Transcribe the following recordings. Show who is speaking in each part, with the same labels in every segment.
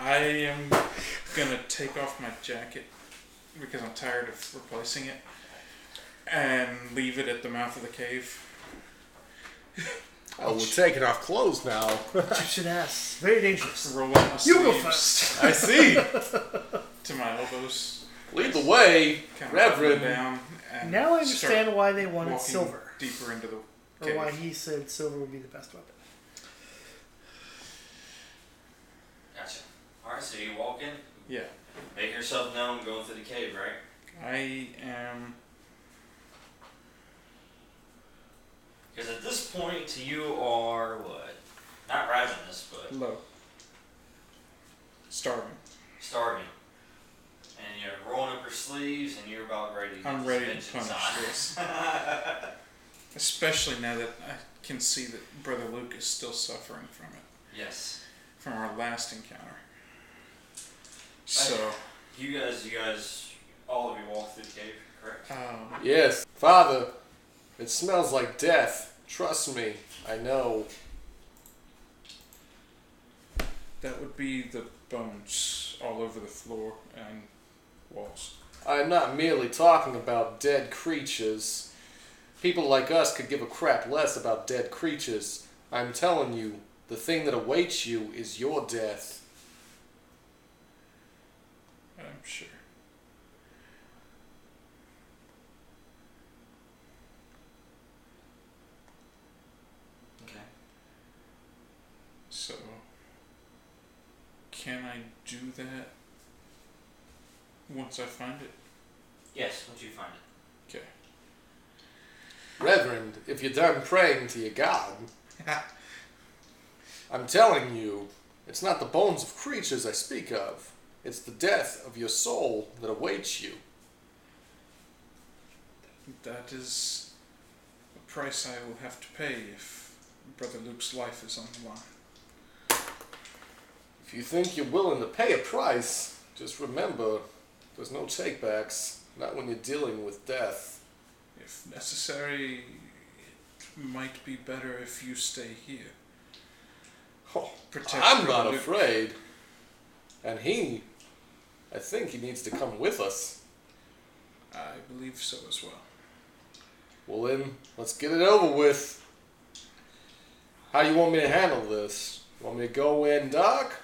Speaker 1: I am gonna take off my jacket because I'm tired of replacing it and leave it at the mouth of the cave.
Speaker 2: Oh, we're taking off clothes now.
Speaker 3: Egyptian ass. Very dangerous.
Speaker 1: Roll up my
Speaker 3: You go
Speaker 1: sleeves
Speaker 3: first.
Speaker 2: I see.
Speaker 1: to my elbows,
Speaker 2: Lead the way,
Speaker 1: kind of
Speaker 2: Reverend.
Speaker 1: down. And
Speaker 3: Now
Speaker 1: start
Speaker 3: I understand why they wanted
Speaker 1: walking
Speaker 3: silver.
Speaker 1: Deeper into the
Speaker 3: Or why
Speaker 1: cave.
Speaker 3: he said silver would be the best weapon.
Speaker 4: Gotcha. Alright, so you walk in,
Speaker 1: Yeah,
Speaker 4: making yourself known, going through the cave, right?
Speaker 1: I am.
Speaker 4: Because at this point, you are what? Not ravenous, but
Speaker 1: low. Starving.
Speaker 4: starving. And you're rolling up your sleeves and you're about ready to get
Speaker 1: I'm
Speaker 4: this
Speaker 1: ready to
Speaker 4: vengeance
Speaker 1: punish
Speaker 4: on.
Speaker 1: this. Especially now that I can see that Brother Luke is still suffering from it,
Speaker 4: yes.
Speaker 1: from our last encounter. So,
Speaker 4: You guys, you guys, all of you walk through the cave, correct?
Speaker 1: um,
Speaker 2: Yes. Father, it smells like death. Trust me, I know.
Speaker 1: that would be the bones all over the floor and walls.
Speaker 2: I'm not merely talking about dead creatures. People like us could give a crap less about dead creatures. I'm telling you, the thing that awaits you is your death.
Speaker 1: I'm sure.
Speaker 4: Okay.
Speaker 1: So, can I do that once I find it?
Speaker 4: Yes, once you find it.
Speaker 1: Okay.
Speaker 2: Reverend, if you're done praying to your God, I'm telling you, it's not the bones of creatures I speak of. It's the death of your soul that awaits you.
Speaker 1: That is a price I will have to pay if Brother Luke's life is on the line.
Speaker 2: If you think you're willing to pay a price, just remember there's no takebacks, not when you're dealing with death.
Speaker 1: If necessary, it might be better if you stay here.
Speaker 2: Oh,
Speaker 1: Protect
Speaker 2: I'm
Speaker 1: Brother
Speaker 2: not
Speaker 1: Luke.
Speaker 2: afraid. And he, I think he needs to come with us.
Speaker 1: I believe so as well.
Speaker 2: Well, then, let's get it over with. How you want me to handle this? Want me to go in dark?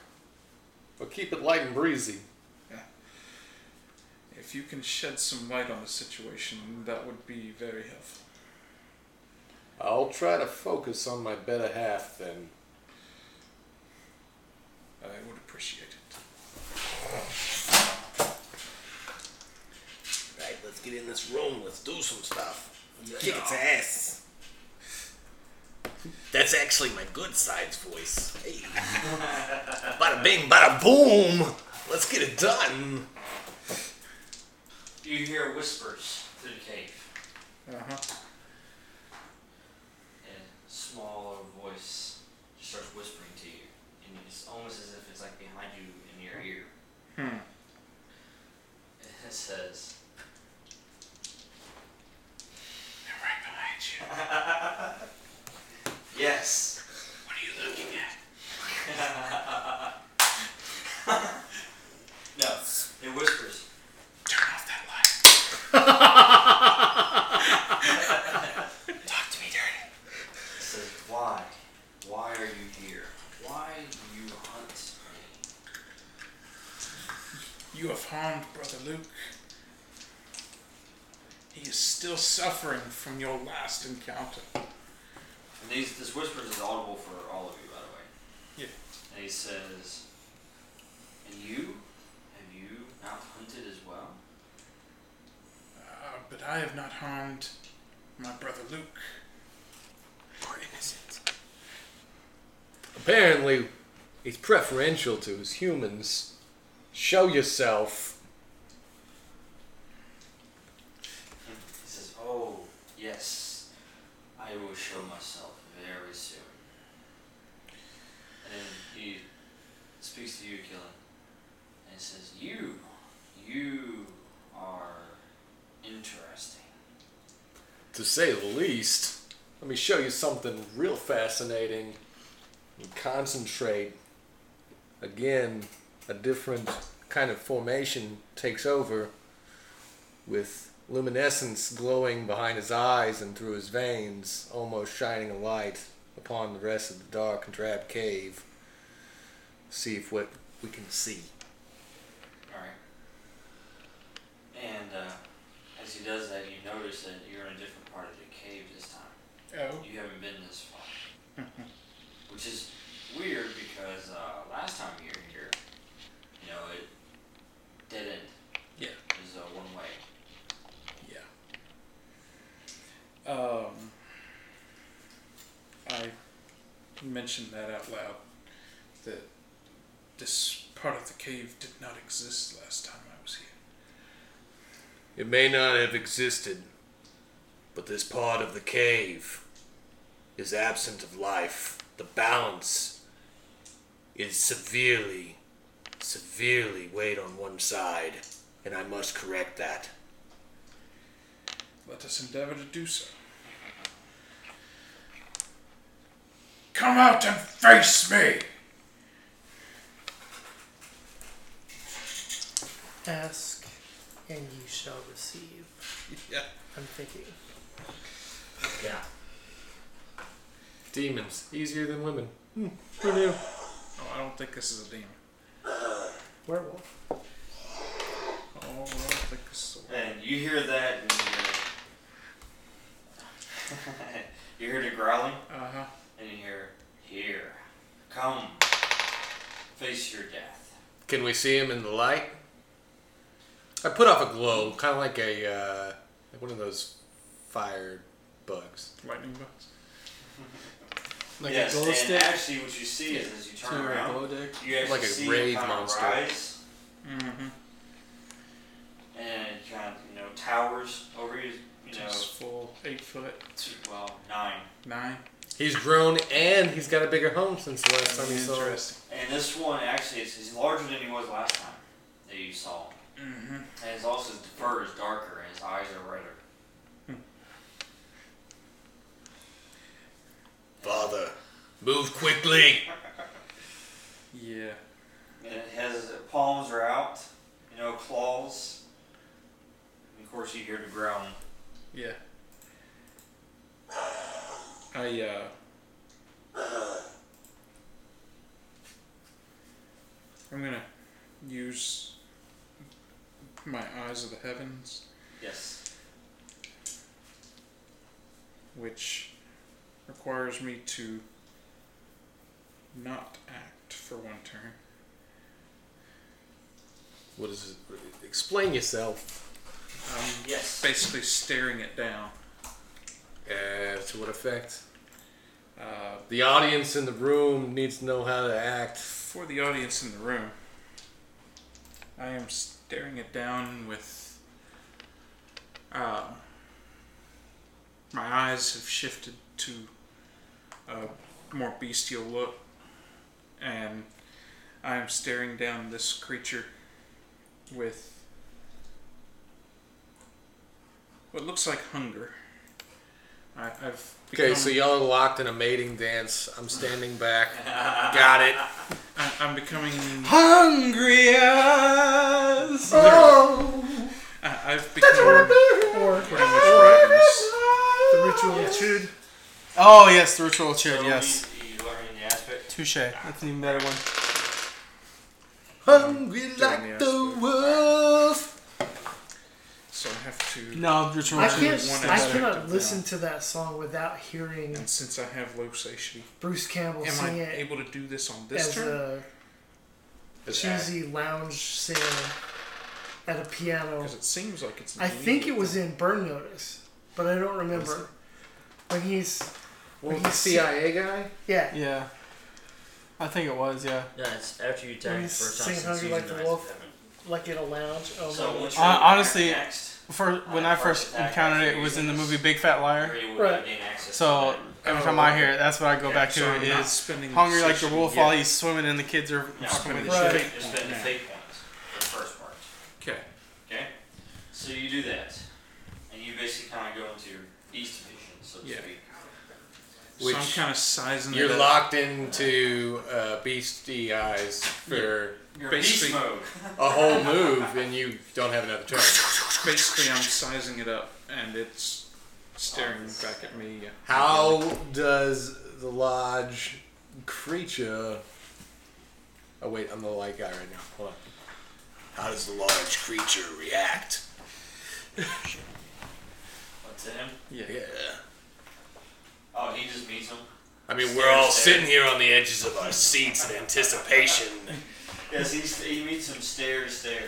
Speaker 2: Or keep it light and breezy?
Speaker 1: If you can shed some light on the situation, that would be very helpful.
Speaker 2: I'll try to focus on my better half then.
Speaker 1: I would appreciate it.
Speaker 5: Right, let's get in this room. Let's do some stuff. Kick its ass. That's actually my good side's voice. Hey. bada bing, bada boom. Let's get it done.
Speaker 4: You hear whispers through the cave,
Speaker 1: Uh huh.
Speaker 4: and a smaller voice just starts whispering to you, and it's almost as if it's like behind you in your ear.
Speaker 1: Hmm.
Speaker 4: It says,
Speaker 1: They're right behind you.
Speaker 4: "Yes."
Speaker 1: What are you looking at?
Speaker 4: No, it whispers.
Speaker 1: Turn off that light. Talk to me, Dirty.
Speaker 4: It says, "Why? Why are you here? Why do you hunt me?"
Speaker 1: You have harmed Brother Luke. He is still suffering from your last encounter. Uh,
Speaker 4: And these this whispers is audible for all of you, by the way.
Speaker 1: Yeah.
Speaker 4: And he says, "And you? Have you not hunted as well?"
Speaker 1: Uh, but I have not harmed my brother Luke.
Speaker 5: Or innocent.
Speaker 2: Apparently, he's preferential to his humans. Show yourself.
Speaker 4: He says, "Oh yes, I will show myself very soon." And then he speaks to you, Killen, and says, "You, you are interesting."
Speaker 2: To say the least. Let me show you something real fascinating. And concentrate. Again, a different kind of formation takes over with luminescence glowing behind his eyes and through his veins, almost shining a light upon the rest of the dark and drab cave. See if what we can see.
Speaker 4: Alright. And uh, as he does that, you notice that you're in a different part of the cave this time.
Speaker 1: Oh.
Speaker 4: You haven't been this far. Which is weird because uh, last time you were here, you know, it dead end.
Speaker 1: Yeah.
Speaker 4: It was uh, one way.
Speaker 1: Yeah. Um, I mentioned that out loud. That this part of the cave did not exist last time I was here.
Speaker 5: It may not have existed, but this part of the cave is absent of life. The balance is severely, severely weighed on one side, and I must correct that.
Speaker 1: Let us endeavor to do so. Come out and face me!
Speaker 3: Ask, and ye shall receive.
Speaker 2: Yeah.
Speaker 3: I'm thinking.
Speaker 5: Yeah.
Speaker 2: Demons. Easier than women. Hmm. Who knew?
Speaker 1: Oh, I don't think this is a demon.
Speaker 3: Werewolf.
Speaker 1: Oh, I don't think this is a
Speaker 4: And you hear that, and you hear, you hear the growling,
Speaker 1: Uh huh.
Speaker 4: and you hear, "Here, come, face your death."
Speaker 2: Can we see him in the light? I put off a glow, kind of like a uh, like one of those fire bugs.
Speaker 1: Lightning bugs.
Speaker 2: Like
Speaker 4: yes,
Speaker 2: a glow
Speaker 4: and
Speaker 2: stick?
Speaker 4: actually, what you see is as you turn around, you actually
Speaker 2: Like a
Speaker 4: see
Speaker 2: rave
Speaker 4: him kind
Speaker 2: monster.
Speaker 4: of rise,
Speaker 1: Mm-hmm.
Speaker 4: and it kind of you know towers over you, you know,
Speaker 1: Just full eight foot
Speaker 4: two, well nine.
Speaker 1: nine.
Speaker 2: He's grown and he's got a bigger home since the last time you saw him.
Speaker 1: Interesting.
Speaker 4: And this one actually is he's larger than he was last time that you saw. him.
Speaker 1: Mm-hmm.
Speaker 4: And his also his fur is darker, and his eyes are redder.
Speaker 5: Father, move quickly!
Speaker 1: Yeah.
Speaker 4: And it has palms are out, you know, claws. And of course, you hear the ground.
Speaker 1: Yeah. I uh I'm gonna use my eyes of the heavens,
Speaker 4: Yes.
Speaker 1: which requires me to not act for one turn.
Speaker 2: What is it? Explain yourself.
Speaker 1: I'm
Speaker 4: Yes.
Speaker 1: basically staring it down.
Speaker 2: Uh, to what effect?
Speaker 1: Uh,
Speaker 2: The audience in the room needs to know how to act.
Speaker 1: for the audience in the room, I am staring it down with. Uh, my eyes have shifted to a more bestial look, and I am staring down this creature with what looks like hunger. I, I've
Speaker 2: Okay,
Speaker 1: become-
Speaker 2: so y'all are locked in a mating dance. I'm standing back. Got it.
Speaker 1: I, I'm becoming.
Speaker 2: Hungry as. Oh.
Speaker 1: I, Uh, I've become.
Speaker 3: Or
Speaker 1: pretty much ravenous.
Speaker 3: the ritual of Chud.
Speaker 6: Oh yes, the ritual chair.
Speaker 4: So
Speaker 6: Yes,
Speaker 4: You, you learn in the aspect.
Speaker 6: touche. That's an even better one.
Speaker 2: Hungry
Speaker 1: the
Speaker 2: like the
Speaker 1: aspect.
Speaker 2: wolf.
Speaker 1: So I have to.
Speaker 6: No, ritual
Speaker 3: I
Speaker 1: Actually,
Speaker 6: chair.
Speaker 1: one
Speaker 3: can't. I
Speaker 1: aspect
Speaker 3: cannot
Speaker 1: of
Speaker 3: listen to that song without hearing
Speaker 1: And since I have low satiety,
Speaker 3: Bruce Campbell
Speaker 1: am
Speaker 3: sing
Speaker 1: I
Speaker 3: it
Speaker 1: able to do this on this
Speaker 3: as
Speaker 1: turn?
Speaker 3: a cheesy lounge singer at a piano.
Speaker 1: Because it seems like it's.
Speaker 3: I think it
Speaker 1: needed.
Speaker 3: was in Burn Notice, but I don't remember. When he's
Speaker 2: Well, the CIA guy.
Speaker 3: yeah,
Speaker 6: Yeah, I think it was. Yeah,
Speaker 7: No, it's after you attack the
Speaker 3: He's
Speaker 7: first time
Speaker 3: singing
Speaker 7: since
Speaker 3: Hungry
Speaker 7: season
Speaker 3: Like the
Speaker 7: nine.
Speaker 3: Wolf. like in a lounge. Oh
Speaker 4: So
Speaker 3: my
Speaker 4: what's
Speaker 3: gosh.
Speaker 4: your
Speaker 6: Uh, honestly,
Speaker 4: next?
Speaker 6: for when
Speaker 4: Uh,
Speaker 6: I first
Speaker 4: first attack,
Speaker 6: encountered it,
Speaker 4: actually,
Speaker 6: it was in the
Speaker 4: yes.
Speaker 6: movie Big Fat
Speaker 4: You're
Speaker 6: Liar.
Speaker 4: able
Speaker 3: Right.
Speaker 4: to gain access
Speaker 6: So
Speaker 4: to that.
Speaker 6: every
Speaker 1: Oh,
Speaker 6: time I hear it, that's what I go
Speaker 4: okay,
Speaker 6: back
Speaker 1: so
Speaker 6: to.
Speaker 1: I'm not
Speaker 6: Is
Speaker 1: spending
Speaker 6: hungry like the
Speaker 1: satiety
Speaker 6: wolf
Speaker 1: yet.
Speaker 6: while he's swimming and the kids are fucking
Speaker 4: No.
Speaker 6: with
Speaker 1: Spending
Speaker 6: his
Speaker 3: Right.
Speaker 1: satiety
Speaker 4: You're spending
Speaker 1: now.
Speaker 4: fate points for the first part.
Speaker 1: Okay.
Speaker 4: Okay. So you do that, and you basically kind of go into your east division, so to
Speaker 1: Yeah.
Speaker 4: speak.
Speaker 2: which
Speaker 1: so I'm kind of sizing it
Speaker 2: you're
Speaker 1: up.
Speaker 2: locked into uh, beastie eyes for
Speaker 4: You're
Speaker 1: Basically-
Speaker 4: beast mode.
Speaker 2: a whole move, and you don't have another turn.
Speaker 1: Basically, I'm sizing it up, and it's staring back at me.
Speaker 2: How does the lodge creature? Oh wait, I'm the light guy right now. Hold on.
Speaker 5: How does the large creature react?
Speaker 4: What's in him?
Speaker 1: Yeah.
Speaker 2: Yeah.
Speaker 4: Oh, he just meets him.
Speaker 5: I mean, we're all
Speaker 4: Stairs.
Speaker 5: sitting here on the edges of our seats in anticipation.
Speaker 4: Yes, he's, he meets him stare to stare.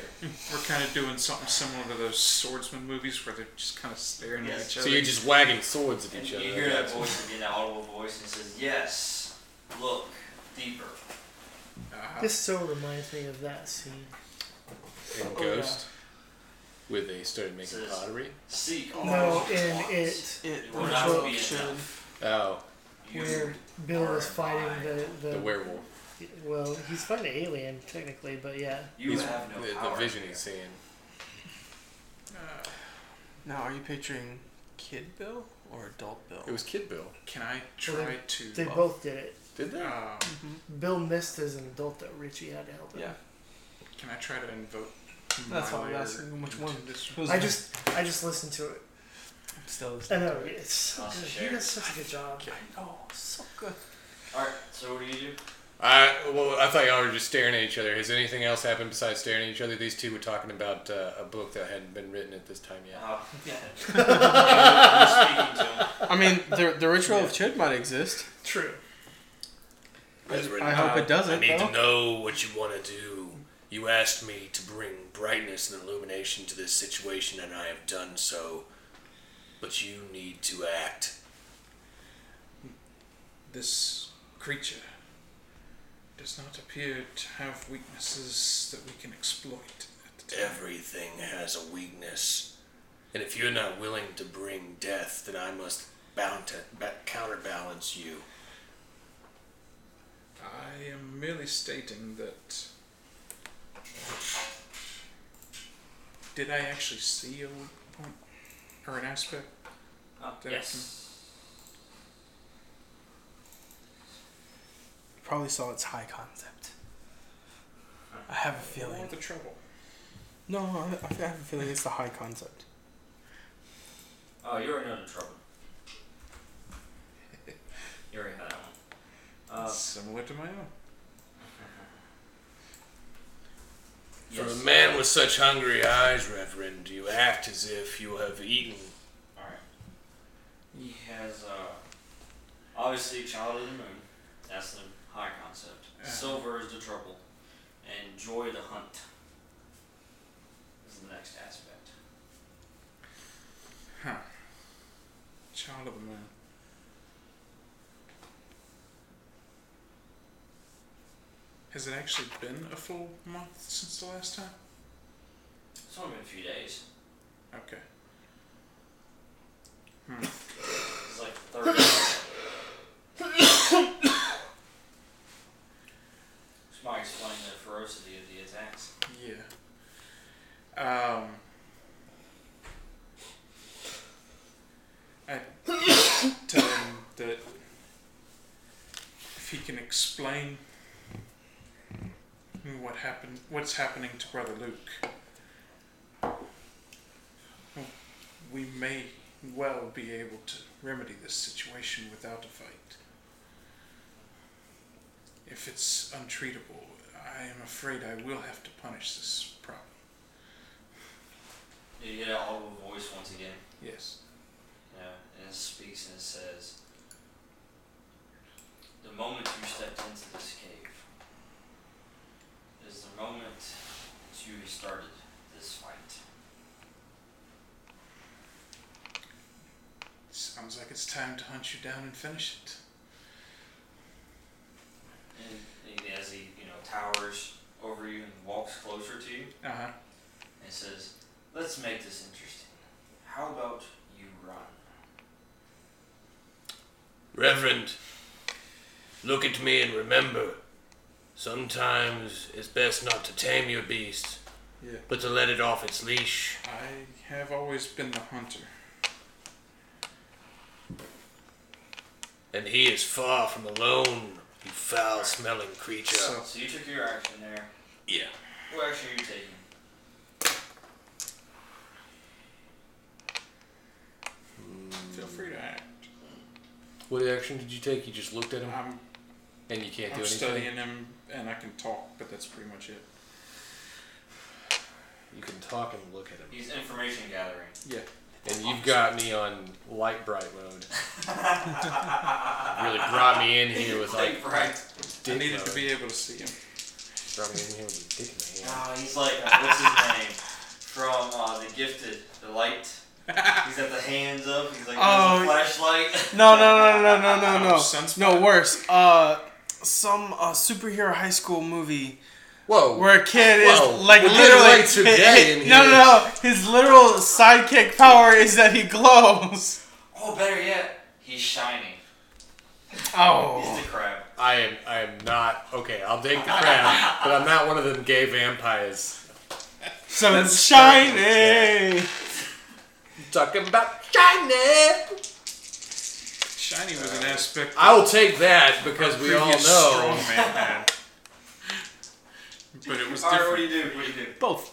Speaker 1: We're kind of doing something similar to those swordsman movies where they're just kind of staring at
Speaker 4: Yes.
Speaker 1: each
Speaker 2: So
Speaker 1: other.
Speaker 2: you're just wagging swords at
Speaker 4: And
Speaker 2: each
Speaker 4: you
Speaker 2: other.
Speaker 4: hear that voice again, that audible voice, and it says, Yes, look deeper.
Speaker 2: Uh-huh.
Speaker 1: Ah,
Speaker 3: This so reminds me of that scene.
Speaker 2: In
Speaker 6: yeah.
Speaker 2: Ghost, where they started making
Speaker 4: Oh, Says-
Speaker 2: pottery.
Speaker 4: Seek
Speaker 7: Oh,
Speaker 4: all
Speaker 3: No,
Speaker 4: you want.
Speaker 3: in it,
Speaker 6: It
Speaker 4: You are not
Speaker 3: Control
Speaker 4: being
Speaker 6: should.
Speaker 4: enough.
Speaker 2: Oh,
Speaker 4: You
Speaker 3: where Bill is fighting the, the,
Speaker 2: the werewolf.
Speaker 3: well, he's fighting an alien technically, but yeah.
Speaker 4: You
Speaker 2: He's-
Speaker 4: have no
Speaker 2: the,
Speaker 4: power.
Speaker 2: the vision
Speaker 4: here.
Speaker 2: he's seeing.
Speaker 6: Now, are you picturing Kid Bill or Adult Bill?
Speaker 2: It was Kid Bill.
Speaker 1: Can I try to?
Speaker 3: They both did it.
Speaker 2: Did they?
Speaker 1: um,
Speaker 3: Bill missed as an adult that Richie had to help him.
Speaker 6: Yeah.
Speaker 1: can I try to invoke?
Speaker 6: That's
Speaker 1: my
Speaker 6: why I was
Speaker 1: lair
Speaker 6: asking which
Speaker 1: into
Speaker 6: one.
Speaker 1: This
Speaker 6: Who's
Speaker 3: I just I just listened to it.
Speaker 6: still is
Speaker 3: I know it's so
Speaker 4: Awesome
Speaker 3: good. He
Speaker 4: shares.
Speaker 3: does such a good job.
Speaker 6: Oh, so good.
Speaker 4: Alright, so what do you do?
Speaker 2: I well, I thought y'all were just staring at each other. Has anything else happened besides staring at each other? These two were talking about uh, a book that hadn't been written at this time yet.
Speaker 4: Oh, yeah. You're speaking to him.
Speaker 6: I mean, the, the ritual of Chud might exist.
Speaker 3: True.
Speaker 5: As we're
Speaker 6: I hope it doesn't.
Speaker 5: I need
Speaker 6: though.
Speaker 5: to know what you want to do. You asked me to bring brightness and illumination to this situation, and I have done so. But you need to act.
Speaker 1: This creature does not appear to have weaknesses that we can exploit. At the time.
Speaker 5: Everything has a weakness. And if you're not willing to bring death, then I must bound to, ba- counterbalance you.
Speaker 1: I am merely stating that. Did I actually see a weak point or an aspect?
Speaker 4: Oh,
Speaker 1: Did I
Speaker 4: yes.
Speaker 6: Probably saw its high concept. I have a feeling.
Speaker 1: Or the trouble?
Speaker 6: No, I, I have a feeling it's the high concept.
Speaker 4: Oh, you already know the trouble. You already had that one. Uh,
Speaker 1: Similar to my own.
Speaker 5: For
Speaker 4: yes.
Speaker 5: a man with such hungry eyes, Reverend, you act as if you have eaten.
Speaker 4: Alright. He has, uh, obviously Child of the Moon. That's the high concept.
Speaker 1: Uh-huh.
Speaker 4: Silver is the trouble. And Joy the Hunt is the next aspect.
Speaker 1: Huh. Child of the moon. Has it actually been a full month since the last time?
Speaker 4: It's only been a few days.
Speaker 1: Okay.
Speaker 4: It's like 30. This might explain the ferocity of the attacks.
Speaker 1: Yeah. Um. I tell him that if he can explain what happened, what's happening to Brother Luke, we may well be able to remedy this situation without a fight. If it's untreatable, I am afraid I will have to punish this problem.
Speaker 4: You hear that audible voice once again.
Speaker 1: Yes.
Speaker 4: you know, and it speaks and it says, The moment you stepped into this cave is the moment that you started this fight.
Speaker 1: Sounds like it's time to hunt you down and finish it.
Speaker 4: And he- as he, you know, towers over you and walks closer to you,
Speaker 1: Uh huh.
Speaker 4: and says, Let's make this interesting. How about you run?
Speaker 5: Reverend, look at me and remember. Sometimes it's best not to tame your beast,
Speaker 1: Yeah.
Speaker 5: but to let it off its leash.
Speaker 1: I have always been the hunter.
Speaker 8: and he is far from alone, you foul smelling creature.
Speaker 1: So-
Speaker 4: So you took your action there.
Speaker 8: yeah.
Speaker 4: What action are you taking?
Speaker 1: Feel free to act.
Speaker 2: What action did you take? You just looked at him
Speaker 1: I'm,
Speaker 2: and you can't
Speaker 1: I'm
Speaker 2: do Oh, anything.
Speaker 1: studying him and I can talk, but that's pretty much it.
Speaker 2: You can talk and look at him.
Speaker 4: He's information gathering.
Speaker 1: Yeah.
Speaker 2: And you've got me on light bright mode. really brought me in here with like
Speaker 4: Like, right.
Speaker 1: I
Speaker 2: dick
Speaker 1: needed
Speaker 2: mode.
Speaker 1: to be able to see him.
Speaker 2: Brought me in here with dick in my hand.
Speaker 4: Oh, he's like, uh, what's his name? From uh, The Gifted, The Light. He's got the hands up. He's like,
Speaker 7: Oh,
Speaker 4: oh, flashlight.
Speaker 7: No, no, no, no, no, no, no.
Speaker 1: Sunspot.
Speaker 7: No, worse. Uh, some uh, superhero high school movie
Speaker 9: Whoa.
Speaker 7: where a kid is
Speaker 9: Whoa,
Speaker 7: like
Speaker 9: we're
Speaker 7: literally.
Speaker 9: literally today
Speaker 7: hi- hi-
Speaker 9: in
Speaker 7: no,
Speaker 9: here.
Speaker 7: no, no. His literal sidekick power is that he glows.
Speaker 4: Oh, better yet, he's shining. He's
Speaker 7: Oh.
Speaker 4: the crab.
Speaker 2: I am I am not okay, I'll take the crab, but I'm not one of them gay vampires.
Speaker 7: So it's shiny.
Speaker 2: Talking about shiny
Speaker 1: Shiny was an aspect
Speaker 2: Uh, I will take that because we all know
Speaker 1: previous strongman had. But it was
Speaker 4: Alright, what do
Speaker 1: different.
Speaker 4: you do? What do you do?
Speaker 7: Both.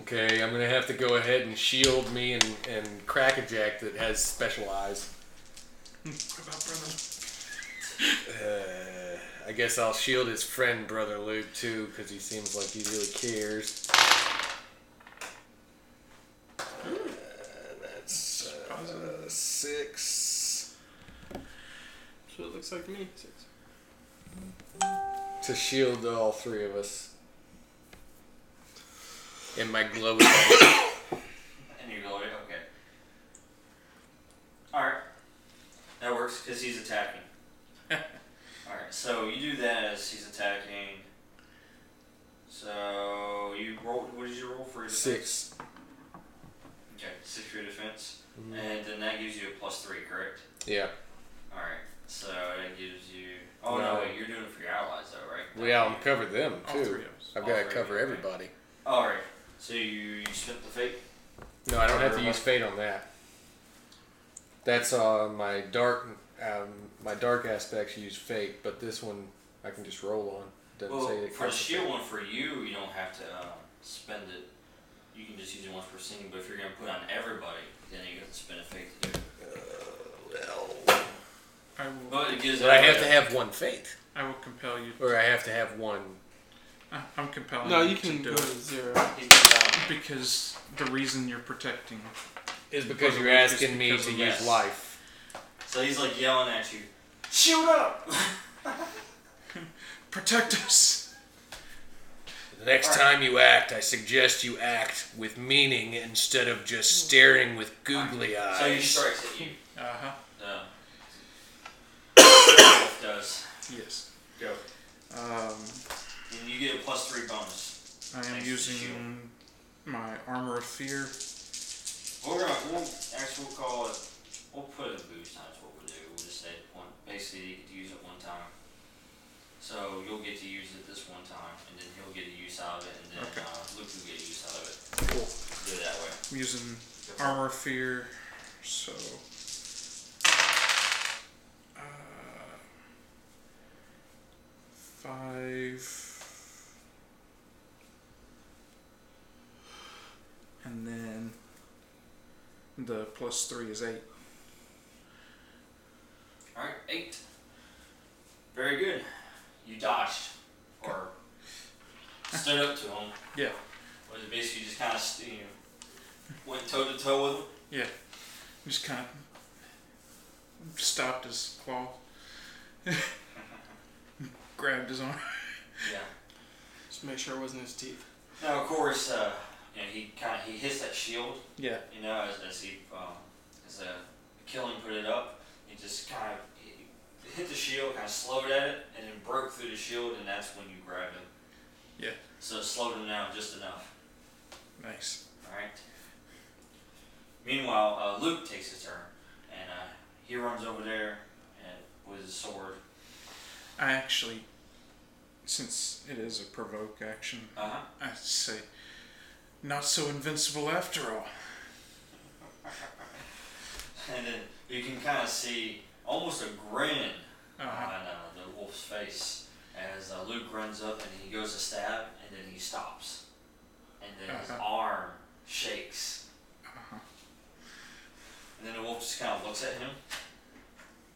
Speaker 2: Okay, I'm gonna have to go ahead and shield me and, and Crackerjack that has special eyes.
Speaker 1: What about brother?
Speaker 2: Uh, I guess I'll shield his friend, Brother Luke, too, because he seems like he really cares. Uh,
Speaker 9: That's uh, six.
Speaker 1: So it looks like me.
Speaker 2: To shield all three of us. And my glow is
Speaker 4: And you go, okay. Alright. That works, because he's attacking. Alright, so you do that as he's attacking. So, you roll, what did you roll for your defense?
Speaker 2: six.
Speaker 4: Okay, six for your defense.
Speaker 1: Mm-hmm.
Speaker 4: And then that gives you a plus three, correct?
Speaker 2: Yeah.
Speaker 4: Alright, so that gives you. Oh no,
Speaker 2: No.
Speaker 4: wait, you're doing it for your allies though, right?
Speaker 2: Well, yeah, I'll cover them,
Speaker 1: All
Speaker 2: too.
Speaker 1: three of us.
Speaker 2: I've
Speaker 4: All
Speaker 2: got to
Speaker 4: three,
Speaker 2: cover
Speaker 4: okay.
Speaker 2: everybody.
Speaker 4: Alright, so you, you spent the fate?
Speaker 2: No, I don't have to
Speaker 4: Everybody.
Speaker 2: use fate on that. That's uh, my dark, um, my dark aspects use fate, but this one I can just roll on. Doesn't
Speaker 4: Well,
Speaker 2: say it
Speaker 4: for the
Speaker 2: costs a
Speaker 4: shield
Speaker 2: fate.
Speaker 4: one for you, you don't have to um, spend it. You can just use it once per scene, but if you're going to put on everybody, then you have to spend a fate to do it.
Speaker 1: I will,
Speaker 4: But it gives
Speaker 2: But I have to
Speaker 4: everybody-
Speaker 2: have one fate,
Speaker 1: I will compel you.
Speaker 2: or I have to have one.
Speaker 1: I- I'm compelling
Speaker 7: No,
Speaker 1: you,
Speaker 7: you can
Speaker 1: to
Speaker 7: go
Speaker 1: do
Speaker 7: to
Speaker 1: it.
Speaker 7: zero.
Speaker 4: He's gonna die.
Speaker 1: Because the reason you're protecting.
Speaker 2: Is because
Speaker 1: Brother
Speaker 2: you're
Speaker 1: Luke is
Speaker 2: asking me
Speaker 1: because
Speaker 2: to
Speaker 1: of
Speaker 2: use
Speaker 4: that.
Speaker 2: life.
Speaker 4: So he's like yelling at you, Shield up!
Speaker 1: Protect us!
Speaker 8: The next time you act, I suggest you act with meaning instead of just staring with googly eyes.
Speaker 4: so he strikes at you.
Speaker 1: Uh
Speaker 2: Uh-huh.
Speaker 1: huh.
Speaker 4: Uh, does.
Speaker 1: Yes.
Speaker 4: Go.
Speaker 1: Um,
Speaker 4: And you get a plus three bonus.
Speaker 1: I am
Speaker 4: Thanks,
Speaker 1: using
Speaker 4: shield.
Speaker 1: my armor of fear.
Speaker 4: We're gonna, we'll actually we'll call it, we'll put it in boost times what we'll do. We'll just say it one, basically you get to use it one time. So you'll get to use it this one time, and then he'll get a use out of it, and then
Speaker 1: Okay.
Speaker 4: uh, Luke will get a use out of it.
Speaker 1: Cool.
Speaker 4: Do it that way.
Speaker 1: I'm using armor of fear, so. Uh, five. And then the plus three is eight.
Speaker 4: Alright, eight. Very good. You dodged, or stood up to him.
Speaker 1: Yeah.
Speaker 4: Or you basically just kind of you know, went toe to toe with him.
Speaker 1: Just kind of stopped his claw, grabbed his arm.
Speaker 4: Yeah.
Speaker 7: Just make sure it wasn't his teeth.
Speaker 4: Now of course, uh, you know, he kind of he hits that shield.
Speaker 1: Yeah.
Speaker 4: You know, as, as he, um, as uh, Killing put it up, he just kind of he hit the shield, kind of slowed at it, and then broke through the shield, and that's when you grabbed him.
Speaker 1: Yeah.
Speaker 4: So it slowed him down just enough.
Speaker 1: Nice.
Speaker 4: All right. Meanwhile, uh, Luke takes his turn, and uh, he runs over there and with his sword.
Speaker 1: I actually, since it is a provoke action,
Speaker 4: Uh huh.
Speaker 1: I say, not so invincible after all.
Speaker 4: And then you can kind of see almost a grin
Speaker 1: Uh,
Speaker 4: on uh, the wolf's face as uh, Luke runs up and he goes to stab and then he stops. And then his
Speaker 1: Uh-huh.
Speaker 4: arm shakes. And then the wolf just kind of looks at him.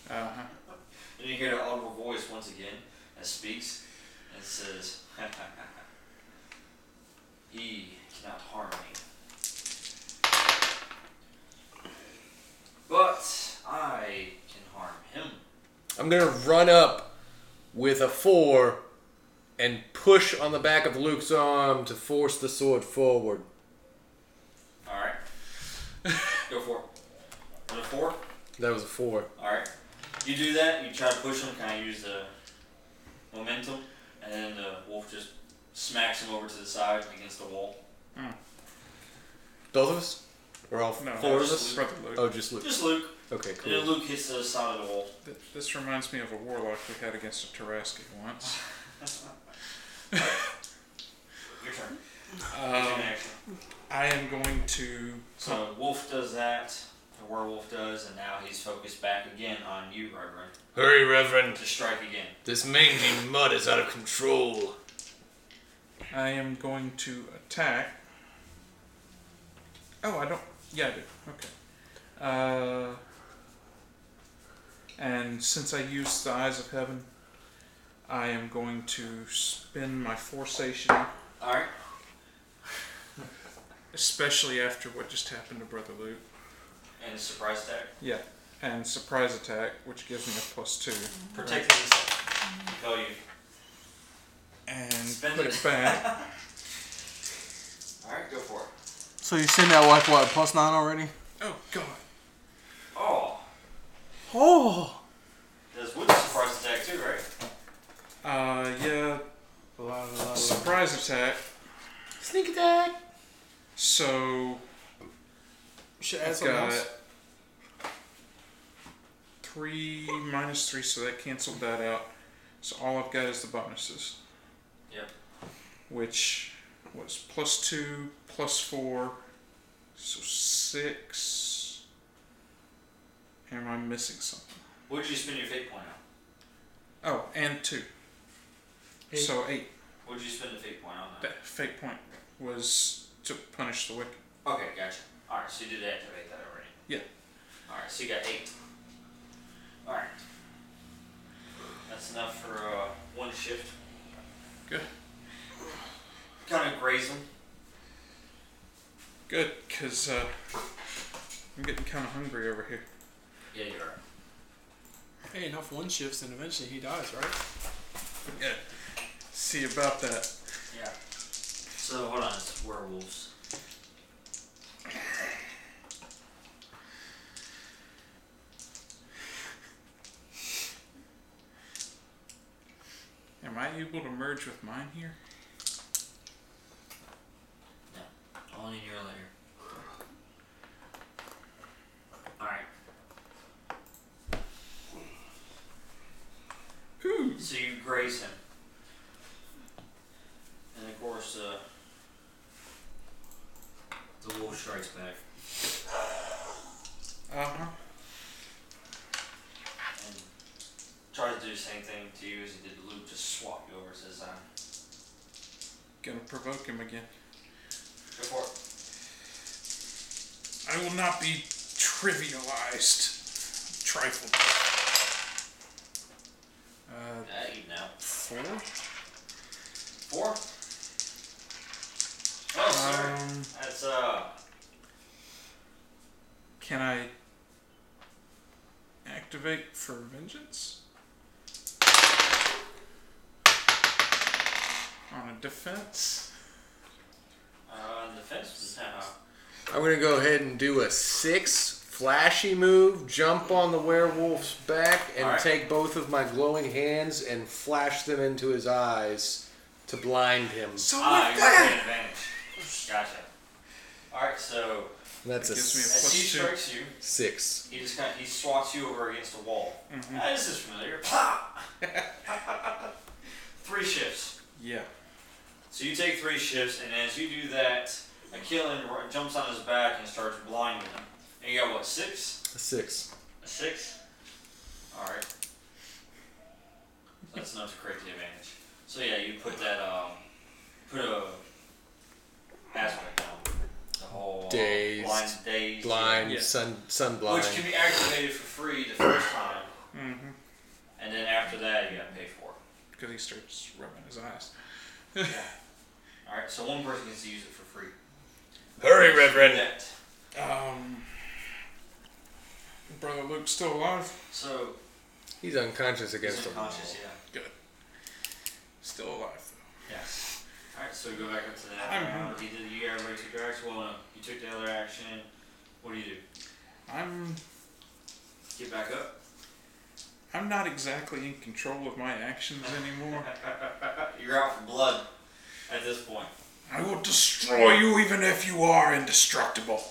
Speaker 1: uh,
Speaker 4: And you hear the audible voice once again that speaks and says, He cannot harm me. But I can harm him.
Speaker 2: I'm gonna run up with a four and push on the back of Luke's arm to force the sword forward.
Speaker 4: Alright. Go for it. Was it four?
Speaker 2: That was a four.
Speaker 4: Alright. You do that, you try to push him, kind of use the momentum, and then the wolf just smacks him over to the side against the wall.
Speaker 2: Both of us? Or all f-
Speaker 1: no,
Speaker 2: four of
Speaker 1: that's
Speaker 2: us?
Speaker 1: Brother Luke.
Speaker 2: Oh, just Luke.
Speaker 4: Just Luke.
Speaker 2: Okay,
Speaker 4: And then
Speaker 2: cool.
Speaker 4: Luke hits the side of the wall.
Speaker 1: Th- This reminds me of a warlock we had against a Taraski once.
Speaker 4: Your turn. Here's your
Speaker 1: Um,
Speaker 4: action.
Speaker 1: I am going to.
Speaker 4: So Wolf does that, the werewolf does, and now he's focused back again on you, Reverend,
Speaker 5: Hurry, Reverend.
Speaker 4: to strike again.
Speaker 5: This mangy mud is out of control.
Speaker 1: I am going to attack. Oh, I don't. Yeah, I do. Okay. Uh, and since I used the Eyes of Heaven, I am going to spin my Force Station,
Speaker 4: Alright.
Speaker 1: especially after what just happened to Brother Luke.
Speaker 4: And surprise attack.
Speaker 1: Yeah. And Surprise Attack, which gives me a plus two.
Speaker 4: Protect himself. Kill you.
Speaker 1: And
Speaker 4: Spin
Speaker 1: put
Speaker 4: it.
Speaker 1: it back.
Speaker 4: Alright, go for it.
Speaker 3: So you're sitting at like what plus nine already?
Speaker 1: oh, God.
Speaker 4: Oh.
Speaker 3: Oh.
Speaker 4: Does Wood surprise attack too, right?
Speaker 1: Uh, yeah. Surprise attack.
Speaker 3: Sneak attack.
Speaker 1: So
Speaker 3: Should add
Speaker 1: I've
Speaker 3: something
Speaker 1: got
Speaker 3: else.
Speaker 1: three minus three, so that canceled that out. So all I've got is the bonuses.
Speaker 4: Yep.
Speaker 1: Which was plus two, plus four, so six. Am I missing something?
Speaker 4: Would you spend your fate point on?
Speaker 1: Oh, and two.
Speaker 3: Eight.
Speaker 1: So eight.
Speaker 4: Would you spend the fate point on that?
Speaker 1: That fate point was to punish the wicked.
Speaker 4: Okay, gotcha. Alright, so you did activate that already.
Speaker 1: Yeah.
Speaker 4: Alright, so you got eight. Alright. That's enough for uh, one shift.
Speaker 1: Good.
Speaker 4: Kind of graze him.
Speaker 1: Good, because uh, I'm getting kind of hungry over here.
Speaker 4: Yeah, you're right.
Speaker 3: Hey, enough one shifts, and eventually he dies, right?
Speaker 1: Yeah. See about that.
Speaker 4: Yeah. So hold on, it's werewolves.
Speaker 1: Am I able to merge with mine here?
Speaker 4: Only in your layer. Alright.
Speaker 1: Ooh.
Speaker 4: So you graze him. And of course, uh, the wolf strikes back.
Speaker 1: Uh huh.
Speaker 4: and tries to do the same thing to you as he did to Luke, just swap you over uh, to the side.
Speaker 1: Gonna provoke him again.
Speaker 4: Go for it.
Speaker 1: I will not be trivialized. Trifled. Uh,
Speaker 4: Yeah, you now.
Speaker 1: four?
Speaker 4: Four? Oh, sir.
Speaker 1: Um,
Speaker 4: That's, uh,
Speaker 1: can I activate for vengeance? On a defense?
Speaker 4: uh, defense. Uh,
Speaker 2: I'm gonna go ahead and do a six flashy move, jump on the werewolf's back, and
Speaker 4: Alright.
Speaker 2: take both of my glowing hands and flash them into his eyes to blind him.
Speaker 7: Oh
Speaker 1: So
Speaker 4: ah,
Speaker 1: with
Speaker 4: you're
Speaker 1: that-
Speaker 4: at advantage. Gotcha. Alright, so
Speaker 2: That's a
Speaker 1: Gives me a
Speaker 4: as
Speaker 1: Plus
Speaker 4: he
Speaker 1: two.
Speaker 4: strikes you,
Speaker 2: six.
Speaker 4: he just kind of, he swats you over against a wall. Ah, this is familiar. Three shifts.
Speaker 1: Yeah.
Speaker 4: So you take three shifts, and as you do that, a killing jumps on his back and starts blinding him. And you got what, six?
Speaker 2: A six.
Speaker 4: A six? enough to create the advantage. So yeah, you put that um, put a aspect on the whole uh,
Speaker 2: Dazed.
Speaker 4: blind days
Speaker 2: Blind,
Speaker 5: Yeah.
Speaker 2: sun, sun blind.
Speaker 4: which can be activated for free the first time,
Speaker 1: Mm-hmm.
Speaker 4: and then after that you gotta pay for it.
Speaker 1: Because he starts rubbing his eyes.
Speaker 4: All right, so one person gets to use it for free.
Speaker 5: Hurry, Reverend.
Speaker 4: That.
Speaker 1: Um, Brother Luke's still alive.
Speaker 4: So
Speaker 2: He's unconscious against
Speaker 4: he's
Speaker 2: the wall.
Speaker 4: unconscious, yeah.
Speaker 1: Still alive.
Speaker 4: Yes. Alright, so we go back up to that.
Speaker 1: I'm
Speaker 4: round. Either you everybody took your action. Well, no, you took the other action. What do you do?
Speaker 1: I'm
Speaker 4: Get back up.
Speaker 1: I'm not exactly in control of my actions anymore.
Speaker 4: You're out for blood at this point.
Speaker 1: I will destroy you even if you are indestructible.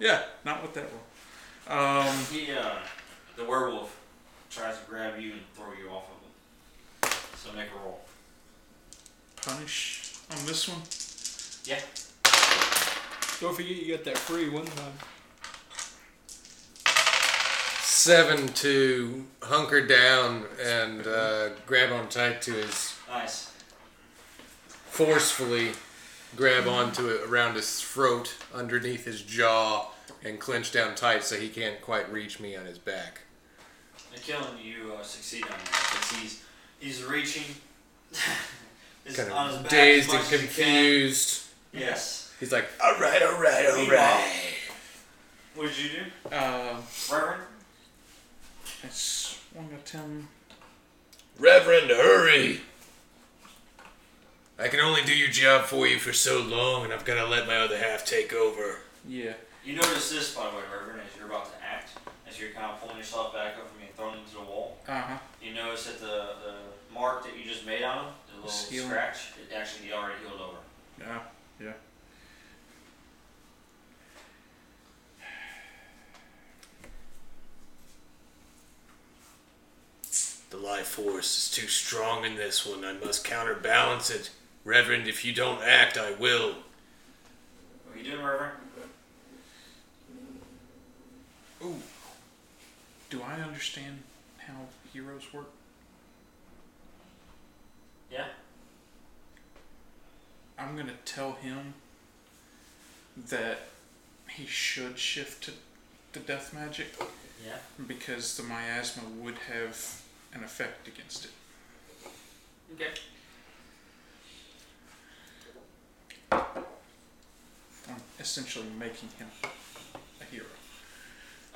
Speaker 1: Yeah, not with that roll. Um,
Speaker 4: He, uh, the werewolf tries to grab you and throw you off of him. So make a roll.
Speaker 1: punish on this one.
Speaker 7: Don't forget you got that free one time.
Speaker 2: Seven to hunker down and uh, grab on tight to his
Speaker 4: Nice.
Speaker 2: forcefully grab
Speaker 4: Mm-hmm.
Speaker 2: onto it around his throat, underneath his jaw, and clench down tight so he can't quite reach me on his back.
Speaker 4: And killing you uh, succeed on that because he's he's reaching. He's
Speaker 2: Kind
Speaker 4: on his
Speaker 2: of
Speaker 4: back
Speaker 2: dazed
Speaker 4: as
Speaker 2: and
Speaker 4: much as he can.
Speaker 2: confused.
Speaker 4: Yes.
Speaker 2: He's like,
Speaker 5: All right, all right, all right.
Speaker 4: What did you do,
Speaker 1: Um,
Speaker 4: Reverend?
Speaker 1: it's one got ten.
Speaker 5: Reverend, hurry. I can only do your job for you for so long, and I've got to let my other half take over.
Speaker 1: Yeah.
Speaker 4: You notice this, by the way, Reverend, as you're about to act, as you're kind of pulling yourself back up from being thrown into the wall.
Speaker 1: Uh huh.
Speaker 4: You notice that the, the mark that you just made on him, the little
Speaker 1: It's healing.
Speaker 4: scratch, it actually he already healed over.
Speaker 1: Yeah. Yeah.
Speaker 5: The life force is too strong in this one. I must counterbalance it. Reverend, if you don't act, I will.
Speaker 4: What are you doing, Reverend?
Speaker 1: Ooh. Do I understand how heroes work?
Speaker 4: Yeah?
Speaker 1: I'm gonna tell him that he should shift to, to death magic
Speaker 4: Yeah.
Speaker 1: because the miasma would have an effect against it.
Speaker 4: Okay.
Speaker 1: I'm essentially making him a hero.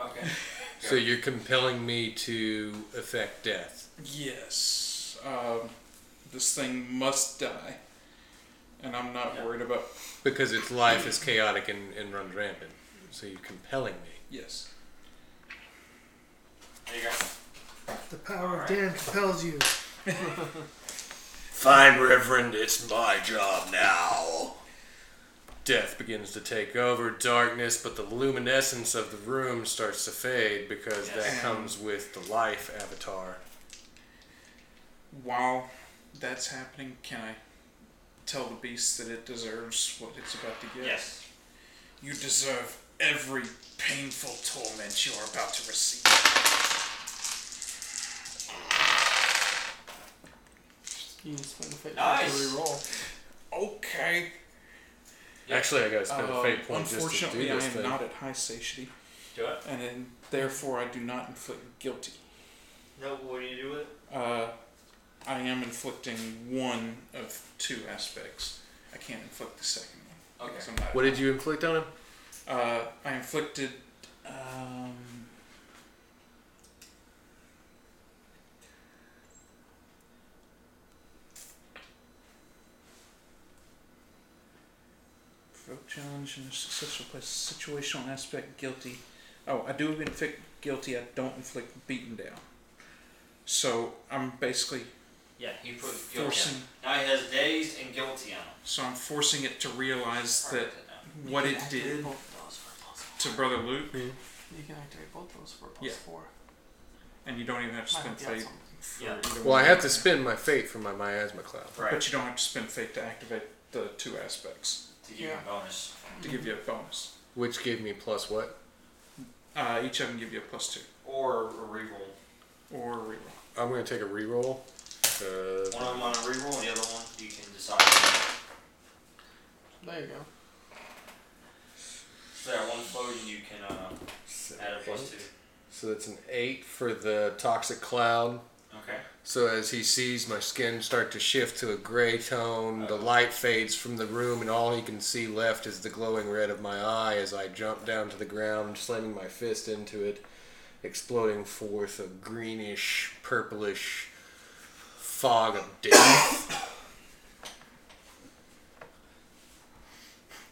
Speaker 4: Okay.
Speaker 2: so you're compelling me to effect death.
Speaker 1: Yes. Um, this thing must die. And I'm not worried about.
Speaker 2: Because its life is chaotic and, and runs rampant. So you're compelling me.
Speaker 1: Yes.
Speaker 4: There you go.
Speaker 10: The power of Dan compels you.
Speaker 5: Fine, Reverend, it's my job now.
Speaker 2: Death begins to take over, darkness, but the luminescence of the room starts to fade because that
Speaker 4: Yes.
Speaker 2: comes with the life avatar.
Speaker 1: While that's happening, can I tell the beast that it deserves what it's about to get?
Speaker 4: Yes.
Speaker 1: You deserve every painful torment you are about to receive.
Speaker 7: You can spend a fate
Speaker 4: Nice.
Speaker 7: point to re-roll.
Speaker 1: Okay.
Speaker 2: Actually, I gotta spend a fate
Speaker 1: Um,
Speaker 2: point just to do
Speaker 1: unfortunately, I am
Speaker 2: this thing.
Speaker 1: not at high satiety,
Speaker 4: Do it.
Speaker 1: and then, therefore I do not inflict guilty.
Speaker 4: No, what do you do with it?
Speaker 1: Uh, I am inflicting one of two aspects. I can't inflict the second one.
Speaker 4: Okay.
Speaker 1: because I'm not-
Speaker 2: What did you inflict on him?
Speaker 1: Uh, I inflicted. Um, Provoke challenge and a successful place. Situational aspect guilty. Oh, I do inflict guilty. I don't inflict beaten down. So I'm basically
Speaker 4: Yeah, he put guilty
Speaker 1: forcing.
Speaker 4: on him. Now he has dazed and guilty on him.
Speaker 1: So I'm forcing it to realize
Speaker 4: Write
Speaker 1: that
Speaker 4: that down.
Speaker 1: what
Speaker 7: You
Speaker 1: it
Speaker 7: can activate
Speaker 1: did
Speaker 7: both those for plus
Speaker 1: to Brother Luke,
Speaker 7: four. You can activate both those for plus
Speaker 1: Yeah.
Speaker 7: four.
Speaker 1: and you don't even have to
Speaker 7: Might
Speaker 1: spend
Speaker 7: help you out
Speaker 1: fate.
Speaker 7: some.
Speaker 1: for
Speaker 4: Yeah.
Speaker 1: either
Speaker 2: Well, I
Speaker 1: one.
Speaker 2: have to spend my fate for my miasma cloud.
Speaker 4: Right.
Speaker 1: But you don't have to spend fate to activate the two aspects
Speaker 4: To give you a bonus.
Speaker 1: to give you a bonus.
Speaker 2: Which gave me plus what?
Speaker 1: Uh, each of them give you a plus two.
Speaker 4: Or a reroll.
Speaker 1: or reroll.
Speaker 2: I'm gonna take a reroll. Uh,
Speaker 4: One of them on a reroll, and the other one you can decide.
Speaker 7: There you go.
Speaker 4: So that one floating, you can uh, add a plus two.
Speaker 2: so that's an eight for the toxic cloud.
Speaker 4: Okay.
Speaker 2: So as he sees my skin start to shift to a gray tone,
Speaker 4: Uh-huh.
Speaker 2: the light fades from the room, and all he can see left is the glowing red of my eye as I jump down to the ground, slamming my fist into it, exploding forth a greenish, purplish fog of death.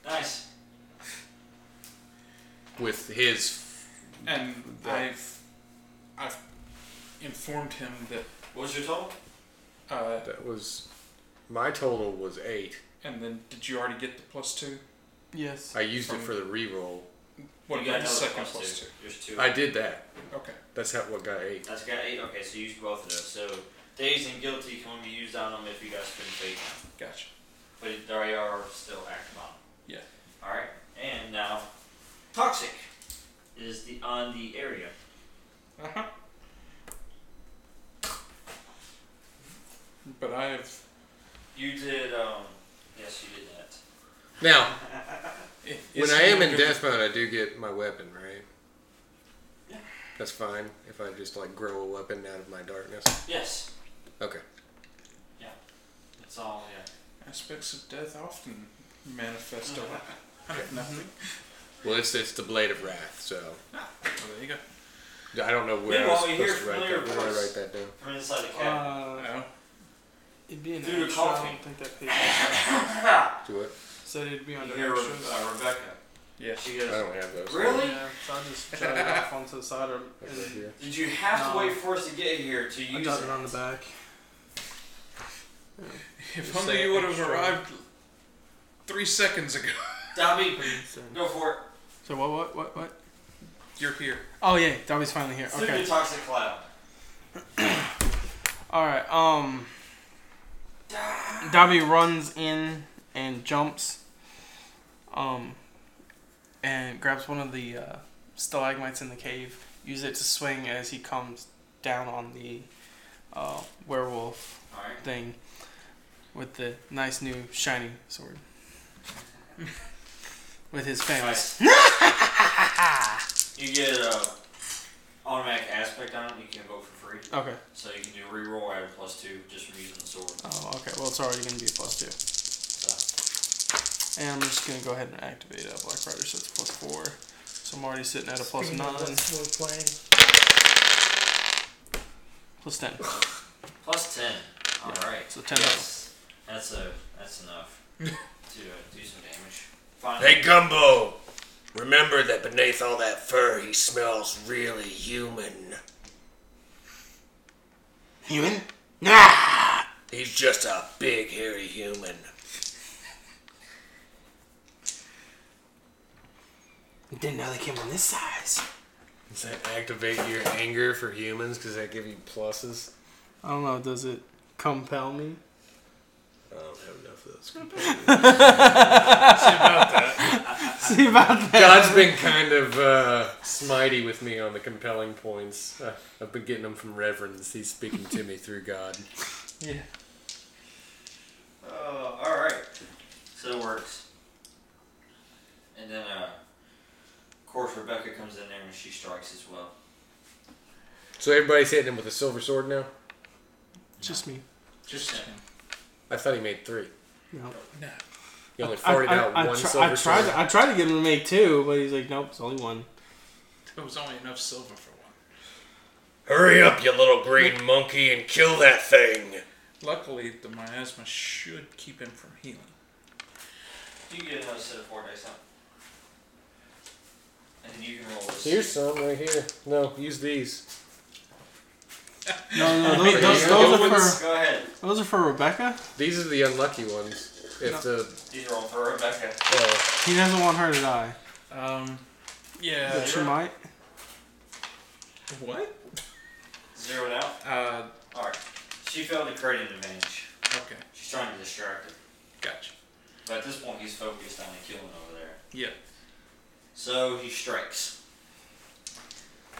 Speaker 4: Nice.
Speaker 2: with his.
Speaker 1: And I've I've informed him that
Speaker 4: What was your total?
Speaker 1: uh,
Speaker 2: That was. My total was eight.
Speaker 1: and then did you already get the plus two?
Speaker 7: Yes. Uh,
Speaker 2: I used it for the reroll.
Speaker 1: What
Speaker 4: you
Speaker 1: about
Speaker 4: got
Speaker 1: the
Speaker 4: another
Speaker 1: second
Speaker 4: plus
Speaker 1: plus
Speaker 4: two. There's two.
Speaker 2: I did that.
Speaker 1: two? Okay.
Speaker 2: That's how what got eight.
Speaker 4: That's got eight. Okay, so use both of those. So dazed and guilty can only be used on them if you guys spend fate now.
Speaker 1: Gotcha.
Speaker 4: But they are still active on them. Yeah. All right. And now, toxic is the on the area.
Speaker 1: Uh-huh. But I have
Speaker 4: You did. um... Yes, you did that.
Speaker 2: Now,
Speaker 1: i-
Speaker 2: when
Speaker 1: is
Speaker 2: I
Speaker 1: he
Speaker 2: am in
Speaker 1: under-
Speaker 2: death mode, I do get my weapon, right?
Speaker 4: Yeah.
Speaker 2: That's fine if I just like grow a weapon out of my darkness.
Speaker 4: Yes.
Speaker 2: Okay.
Speaker 4: That's all. Yeah.
Speaker 1: aspects of death often manifest out of- out of nothing.
Speaker 2: Well, it's it's the blade of wrath, so
Speaker 1: Oh, there you go.
Speaker 2: I don't know where I was
Speaker 4: Meanwhile, you
Speaker 2: supposed to
Speaker 4: hear
Speaker 2: write that.
Speaker 4: familiar
Speaker 2: Where do I
Speaker 4: voice.
Speaker 2: write that down?
Speaker 4: From inside the cabin.
Speaker 7: Uh,
Speaker 1: Oh,
Speaker 7: it'd be an
Speaker 4: Due to
Speaker 7: extra. I
Speaker 4: coughing.
Speaker 7: don't think that page.
Speaker 2: Do it.
Speaker 7: Said it'd be under
Speaker 4: you hear Re-
Speaker 7: extras.
Speaker 4: uh, Rebecca.
Speaker 1: yes.
Speaker 4: She
Speaker 2: I
Speaker 4: goes.
Speaker 2: don't have those.
Speaker 4: Really?
Speaker 7: Yeah, so I just shut it off onto the side or
Speaker 2: That's right here.
Speaker 4: Did you have
Speaker 7: No.
Speaker 4: to wait for us to get here to
Speaker 7: I
Speaker 4: use
Speaker 7: got it
Speaker 4: it?
Speaker 7: on the back.
Speaker 1: If
Speaker 7: You
Speaker 1: only
Speaker 7: say
Speaker 1: you would have
Speaker 7: extra.
Speaker 1: arrived three seconds ago.
Speaker 4: Dobby, go for it.
Speaker 7: So what? What? What? What?
Speaker 1: You're here.
Speaker 7: Oh yeah, Dobby's finally here.
Speaker 4: Through
Speaker 7: Okay.
Speaker 4: the toxic cloud.
Speaker 7: All right. Um. Dobby runs in and jumps. Um. And grabs one of the uh, stalagmites in the cave. Use it to swing as he comes down on the uh, werewolf
Speaker 4: All right.
Speaker 7: thing with the nice new shiny sword. with his famous.
Speaker 4: Nice. you get a automatic aspect on it. You can vote for free,
Speaker 7: Okay.
Speaker 4: so you can do reroll at a plus two just from using the sword.
Speaker 7: Oh, okay. Well, it's already going to be a plus two.
Speaker 4: So
Speaker 7: And I'm just gonna go ahead and activate uh, Black Rider, so it's plus four. So I'm already sitting at a plus
Speaker 3: Speaking
Speaker 7: nine,
Speaker 3: of us, we're playing.
Speaker 7: plus ten.
Speaker 4: plus ten. All right.
Speaker 7: Yeah, So ten.
Speaker 4: Yes. That's a that's enough to uh, do some damage. Fine.
Speaker 11: Hey, Gumbo! Remember that beneath all that fur, he smells really human.
Speaker 7: Human?
Speaker 11: He's just a big, hairy human.
Speaker 7: Didn't know they came in this size.
Speaker 2: Does that activate your anger for humans? Does that give you pluses?
Speaker 7: I don't know. Does it compel me?
Speaker 2: I don't have enough of those.
Speaker 7: See about that.
Speaker 2: God's been kind of uh, smitey with me on the compelling points. Uh, I've been getting them from reverends. He's speaking to me through God.
Speaker 7: Yeah.
Speaker 4: Uh, all right. So it works. And then, uh, of course, Rebecca comes in there and she strikes as well.
Speaker 2: So everybody's hitting him with a silver sword now.
Speaker 7: Just me.
Speaker 4: Just him.
Speaker 2: I thought he made three.
Speaker 7: No.
Speaker 2: He only
Speaker 7: I,
Speaker 2: farted
Speaker 7: I,
Speaker 2: out
Speaker 7: I,
Speaker 2: one
Speaker 7: tr-
Speaker 2: silver
Speaker 7: I tried.
Speaker 2: sword.
Speaker 7: I tried to get him to make two, but he's like, nope, it's only one.
Speaker 1: There was only enough silver for one.
Speaker 11: Hurry up, you little green monkey, and kill that thing!
Speaker 1: Luckily, the miasma should keep him from healing.
Speaker 4: You get another set of four dice, huh? And then you can roll this.
Speaker 2: Here's some right here. No, use these.
Speaker 7: No, no, those, those,
Speaker 2: Yeah.
Speaker 7: those are for
Speaker 4: Go ahead.
Speaker 7: those are for Rebecca.
Speaker 2: These are the unlucky ones. If the
Speaker 4: These are all for Rebecca.
Speaker 2: uh,
Speaker 7: He doesn't want her to die,
Speaker 1: Um, yeah.
Speaker 7: but she might.
Speaker 1: What?
Speaker 4: Zeroed out.
Speaker 1: Uh,
Speaker 4: All right. She failed to create an advantage.
Speaker 1: okay.
Speaker 4: She's trying to distract him.
Speaker 1: Gotcha.
Speaker 4: But at this point, he's focused on the killing over there.
Speaker 1: Yeah.
Speaker 4: So he strikes.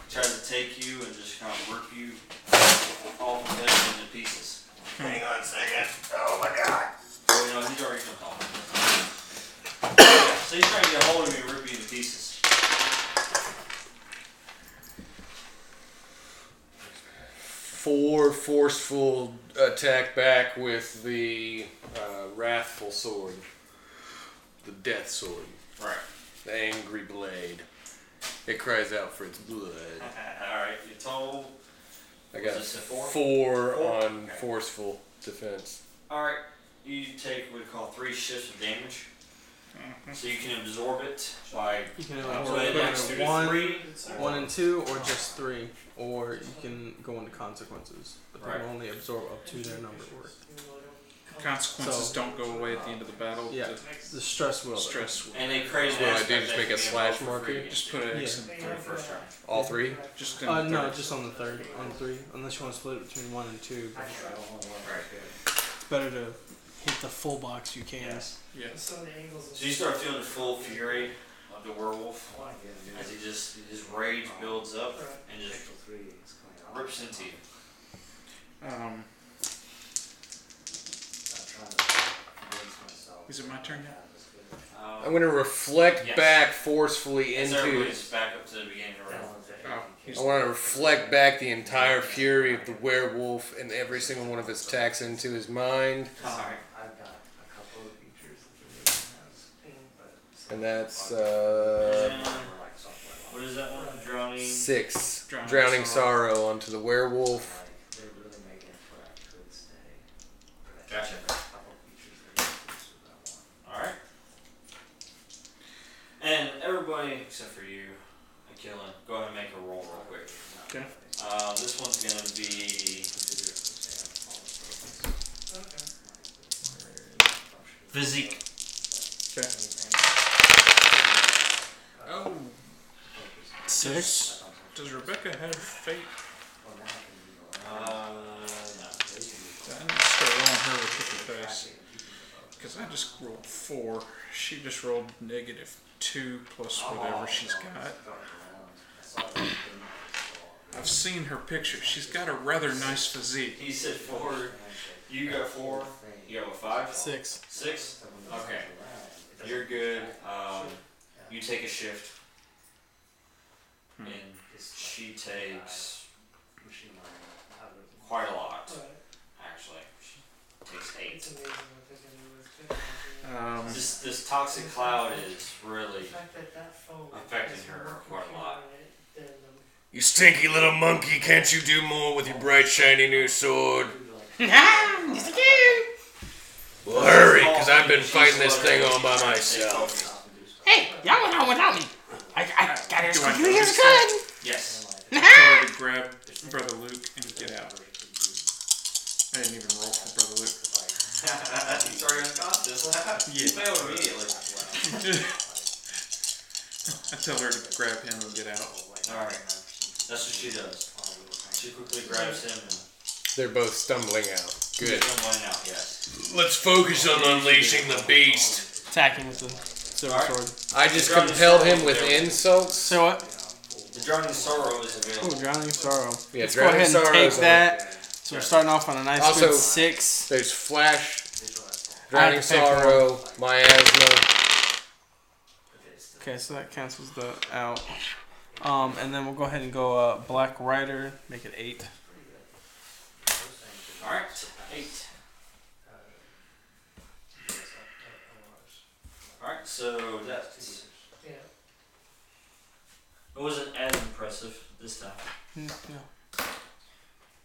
Speaker 4: Tries to take you and just kind of rip you Oh,
Speaker 2: four forceful attack back with the uh, wrathful sword, the death sword,
Speaker 4: Right.
Speaker 2: the angry blade. It cries out for its blood.
Speaker 4: Alright, you told.
Speaker 2: I got
Speaker 4: Was this a four?
Speaker 2: four
Speaker 4: Four?
Speaker 2: on
Speaker 4: Okay.
Speaker 2: forceful defense.
Speaker 4: Alright, you take what we call three shifts of damage. So you can absorb it by
Speaker 7: You can
Speaker 4: uh,
Speaker 7: only
Speaker 4: play
Speaker 7: go
Speaker 4: next two
Speaker 7: into
Speaker 4: to
Speaker 7: one,
Speaker 4: three.
Speaker 7: one and two, or just three, or you can go into consequences. But
Speaker 4: Right.
Speaker 7: they will only absorb up to their number worth.
Speaker 1: Consequences
Speaker 7: So-
Speaker 1: don't go away at the end of the battle.
Speaker 7: Yeah.
Speaker 1: The
Speaker 7: The stress will.
Speaker 1: stress will.
Speaker 4: And they crazy
Speaker 2: what I
Speaker 4: aspect
Speaker 2: did, just
Speaker 4: that
Speaker 2: make
Speaker 4: can
Speaker 2: a
Speaker 4: be
Speaker 2: slash
Speaker 4: involved for free again.
Speaker 1: Just put an X in
Speaker 4: For the first round.
Speaker 2: All three?
Speaker 1: Just in
Speaker 7: Uh,
Speaker 1: the
Speaker 7: no,
Speaker 1: third.
Speaker 7: just on the third, on three. Unless you want to split it between one and two, but
Speaker 4: Right.
Speaker 7: it's better to hit the full box you can.
Speaker 4: Yes.
Speaker 1: Yeah.
Speaker 4: So you start feeling the full fury of the werewolf as he just his rage builds up and just rips into you.
Speaker 1: Um, is it my turn now?
Speaker 4: Um,
Speaker 2: I'm going to reflect
Speaker 4: Yes.
Speaker 2: back forcefully
Speaker 4: as
Speaker 2: into.
Speaker 4: everybody's back up to the beginning of the round.
Speaker 1: Oh, he's
Speaker 2: I want to reflect back the entire fury of the werewolf and every single one of his attacks into his mind,
Speaker 4: Alright.
Speaker 2: and that's uh,
Speaker 4: What is that one? Drowning.
Speaker 2: six.
Speaker 1: Drowning
Speaker 2: Drowning, sorrow. onto the werewolf.
Speaker 4: Gotcha. Alright. And everybody except for you, Akilin, go ahead and make a roll real quick.
Speaker 1: Okay.
Speaker 4: Uh, this one's gonna be physique.
Speaker 1: Okay. Oh,
Speaker 7: Six.
Speaker 1: does Rebecca have fate?
Speaker 4: Uh,
Speaker 1: I need to start rolling her with the dice. Because I just rolled four. She just rolled negative two plus whatever she's got. I've seen her picture. She's got a rather nice physique.
Speaker 4: he said four. You got four. You got a five.
Speaker 7: Six.
Speaker 4: Six. Okay. You're good. Um, you take a shift.
Speaker 1: Hmm.
Speaker 4: And she takes quite a lot, actually. She takes eight.
Speaker 1: Um,
Speaker 4: This this toxic cloud is really affecting her quite a lot.
Speaker 5: You stinky little monkey, can't you do more with your bright shiny new sword? Well, hurry, because I've been fighting this thing all by myself.
Speaker 12: Hey, y'all went home without me. I, I got it.
Speaker 1: do I
Speaker 12: You
Speaker 1: know
Speaker 12: here's
Speaker 1: this?
Speaker 12: good.
Speaker 4: Yes.
Speaker 1: Tell her to grab Brother Luke and get out. I didn't even roll for Brother Luke.
Speaker 4: He's already unconscious.
Speaker 1: Yeah.
Speaker 4: You failed immediately.
Speaker 1: I tell her to grab him and get out.
Speaker 4: Alright. That's what she does. She quickly grabs him and
Speaker 2: They're both stumbling out. Good.
Speaker 4: pulls him line out, yes.
Speaker 5: Let's focus on unleashing the beast.
Speaker 7: Attacking with the silver
Speaker 4: Alright.
Speaker 7: sword.
Speaker 2: I just compelled him with insults.
Speaker 7: So what?
Speaker 4: The drowning sorrow is
Speaker 7: Ooh,
Speaker 4: available.
Speaker 7: drowning sorrow.
Speaker 2: Yeah,
Speaker 7: Let's go ahead and
Speaker 2: Drowning
Speaker 7: take
Speaker 2: Sorrow's on-
Speaker 7: that. So we're starting off on a nice
Speaker 2: Also-
Speaker 7: good six.
Speaker 2: There's flash,
Speaker 7: I
Speaker 2: drowning
Speaker 7: had to pay for
Speaker 2: sorrow, miasma.
Speaker 7: Okay, so that cancels the out. Um, and then we'll go ahead and go uh, Black Rider, make it eight.
Speaker 4: Alright. Eight. Alright, so that's. It wasn't as impressive this time,
Speaker 1: Hmm,
Speaker 7: Mm, yeah.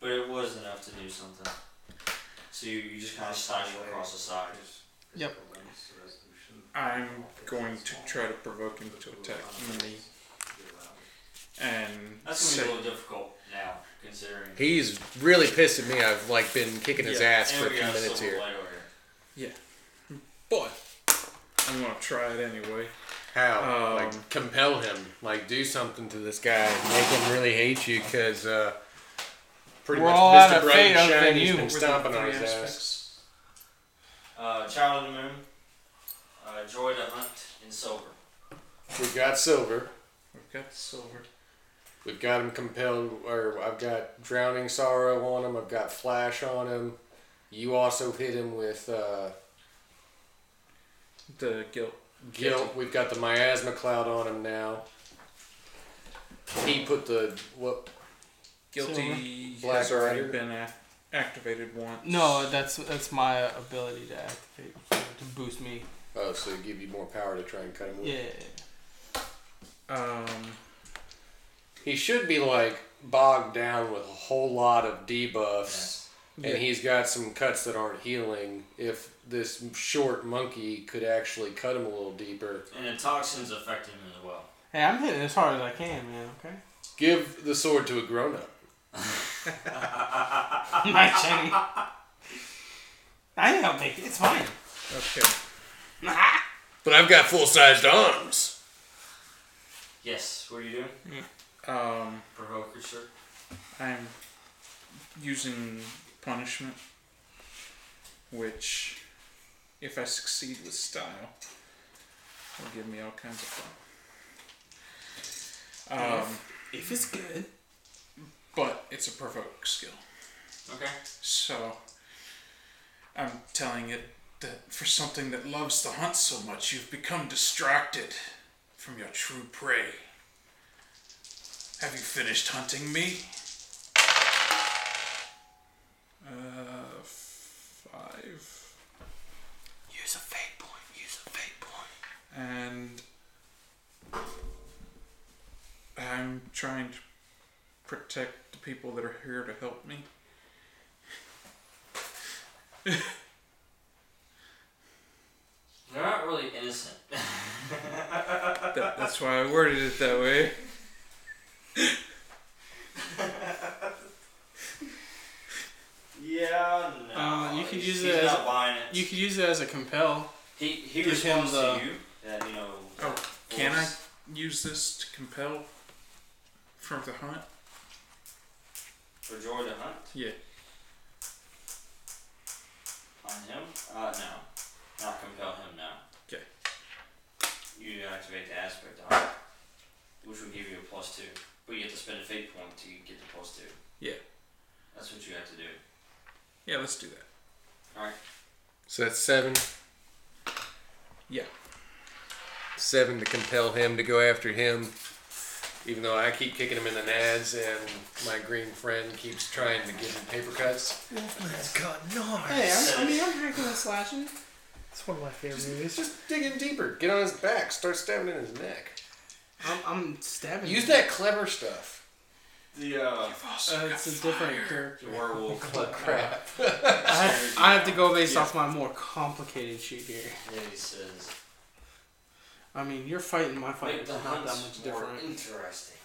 Speaker 4: but it was enough to do something. So you, you just kind of stumble across the side.
Speaker 1: I'm going to try to provoke him to attack me. And
Speaker 4: That's
Speaker 1: say,
Speaker 4: gonna be a little difficult now, considering.
Speaker 2: He's really pissed at me. I've like been kicking his
Speaker 1: Yeah.
Speaker 2: ass for a
Speaker 4: And we
Speaker 2: few
Speaker 4: got a
Speaker 2: minutes
Speaker 4: silver
Speaker 2: here.
Speaker 4: light over here.
Speaker 1: boy, I'm going to try it anyway.
Speaker 2: How?
Speaker 1: Um,
Speaker 2: like compel him. Like do something to this guy. Make him really hate you because uh, pretty
Speaker 7: We're
Speaker 2: much
Speaker 7: all out
Speaker 2: Mr.
Speaker 7: of
Speaker 2: Bright
Speaker 7: fate
Speaker 2: and
Speaker 7: other than
Speaker 2: Shiny's
Speaker 7: you.
Speaker 2: been
Speaker 1: With the
Speaker 2: stomping on
Speaker 1: three
Speaker 2: his ass.
Speaker 1: aspects.
Speaker 4: Uh, Child of the Moon, uh, Joy to Hunt, and Silver.
Speaker 2: We've got silver.
Speaker 1: We've got the silver.
Speaker 2: We've got him compelled, or I've got drowning sorrow on him. I've got flash on him. You also hit him with uh,
Speaker 1: The guilt.
Speaker 2: guilt. We've got the miasma cloud on him now. He put the what?
Speaker 1: Guilty.
Speaker 2: Black
Speaker 1: has already
Speaker 2: Rider?
Speaker 1: been ac- activated once.
Speaker 7: No, that's that's my ability to activate to boost me.
Speaker 2: Oh, so it give you more power to try and cut him. with.
Speaker 7: Yeah.
Speaker 1: Um,
Speaker 2: He should be like bogged down with a whole lot of debuffs, and he's got some cuts that aren't healing. If this short monkey could actually cut him a little deeper,
Speaker 4: And the toxins affect him as well.
Speaker 7: Hey, I'm hitting as hard as I can, man. Okay.
Speaker 2: give the sword to a grown up.
Speaker 7: My Jenny. I think I'll make it. It's fine.
Speaker 1: okay.
Speaker 5: But I've got full sized arms.
Speaker 4: Yes, what are you doing?
Speaker 1: Um,
Speaker 4: Provoker, sir.
Speaker 1: I'm using punishment, which, if I succeed with style, will give me all kinds of fun. Um,
Speaker 7: If it's good.
Speaker 1: but it's a provoke skill.
Speaker 4: Okay.
Speaker 1: So I'm telling it that for something that loves the hunt so much, you've become distracted from your true prey. Have you finished hunting me? Uh, five.
Speaker 7: Use a fate point. Use a fate point.
Speaker 1: And I'm trying to protect the people that are here to help me.
Speaker 4: They're not really innocent.
Speaker 1: That, that's why I worded it that way.
Speaker 4: yeah, no.
Speaker 7: Uh, you could
Speaker 4: he's-
Speaker 7: use
Speaker 4: he's
Speaker 7: it as
Speaker 4: not buying it.
Speaker 7: You could use it as a compel.
Speaker 4: he he
Speaker 7: give him
Speaker 4: responds
Speaker 7: the-
Speaker 4: to you that you know.
Speaker 1: Oh, can I
Speaker 4: force-
Speaker 1: use this to compel from the hunt?
Speaker 4: for Joy to hunt
Speaker 1: Yeah.
Speaker 4: on him? Uh, no, not compel him now.
Speaker 1: 'Kay.
Speaker 4: You activate the aspect on it, which will give you a plus two, but you have to spend a fate point to get the plus two.
Speaker 1: Yeah.
Speaker 4: That's what you have to do.
Speaker 1: Yeah, let's do that.
Speaker 4: All right.
Speaker 2: So that's seven.
Speaker 1: Yeah.
Speaker 2: Seven to compel him to go after him, even though I keep kicking him in the nads, and my green friend keeps trying to give him paper cuts.
Speaker 10: Wolfman's got knives.
Speaker 7: Hey, I'm, I mean, I'm hacking and slashing.
Speaker 10: It's one of my favorite movies.
Speaker 2: He's just digging deeper. Get on his back. Start stabbing in his neck.
Speaker 7: I'm, I'm stabbing.
Speaker 2: Use that clever stuff.
Speaker 4: The uh,
Speaker 7: Uh, it's a different character.
Speaker 4: the werewolf.
Speaker 2: Oh, crap.
Speaker 7: I have, I have to go based off my more complicated sheet here.
Speaker 4: Yeah, he says.
Speaker 7: I mean, your fight and my fight
Speaker 4: Make
Speaker 7: is
Speaker 4: the
Speaker 7: not that
Speaker 4: hunt
Speaker 7: much
Speaker 4: more
Speaker 7: different.
Speaker 4: interesting.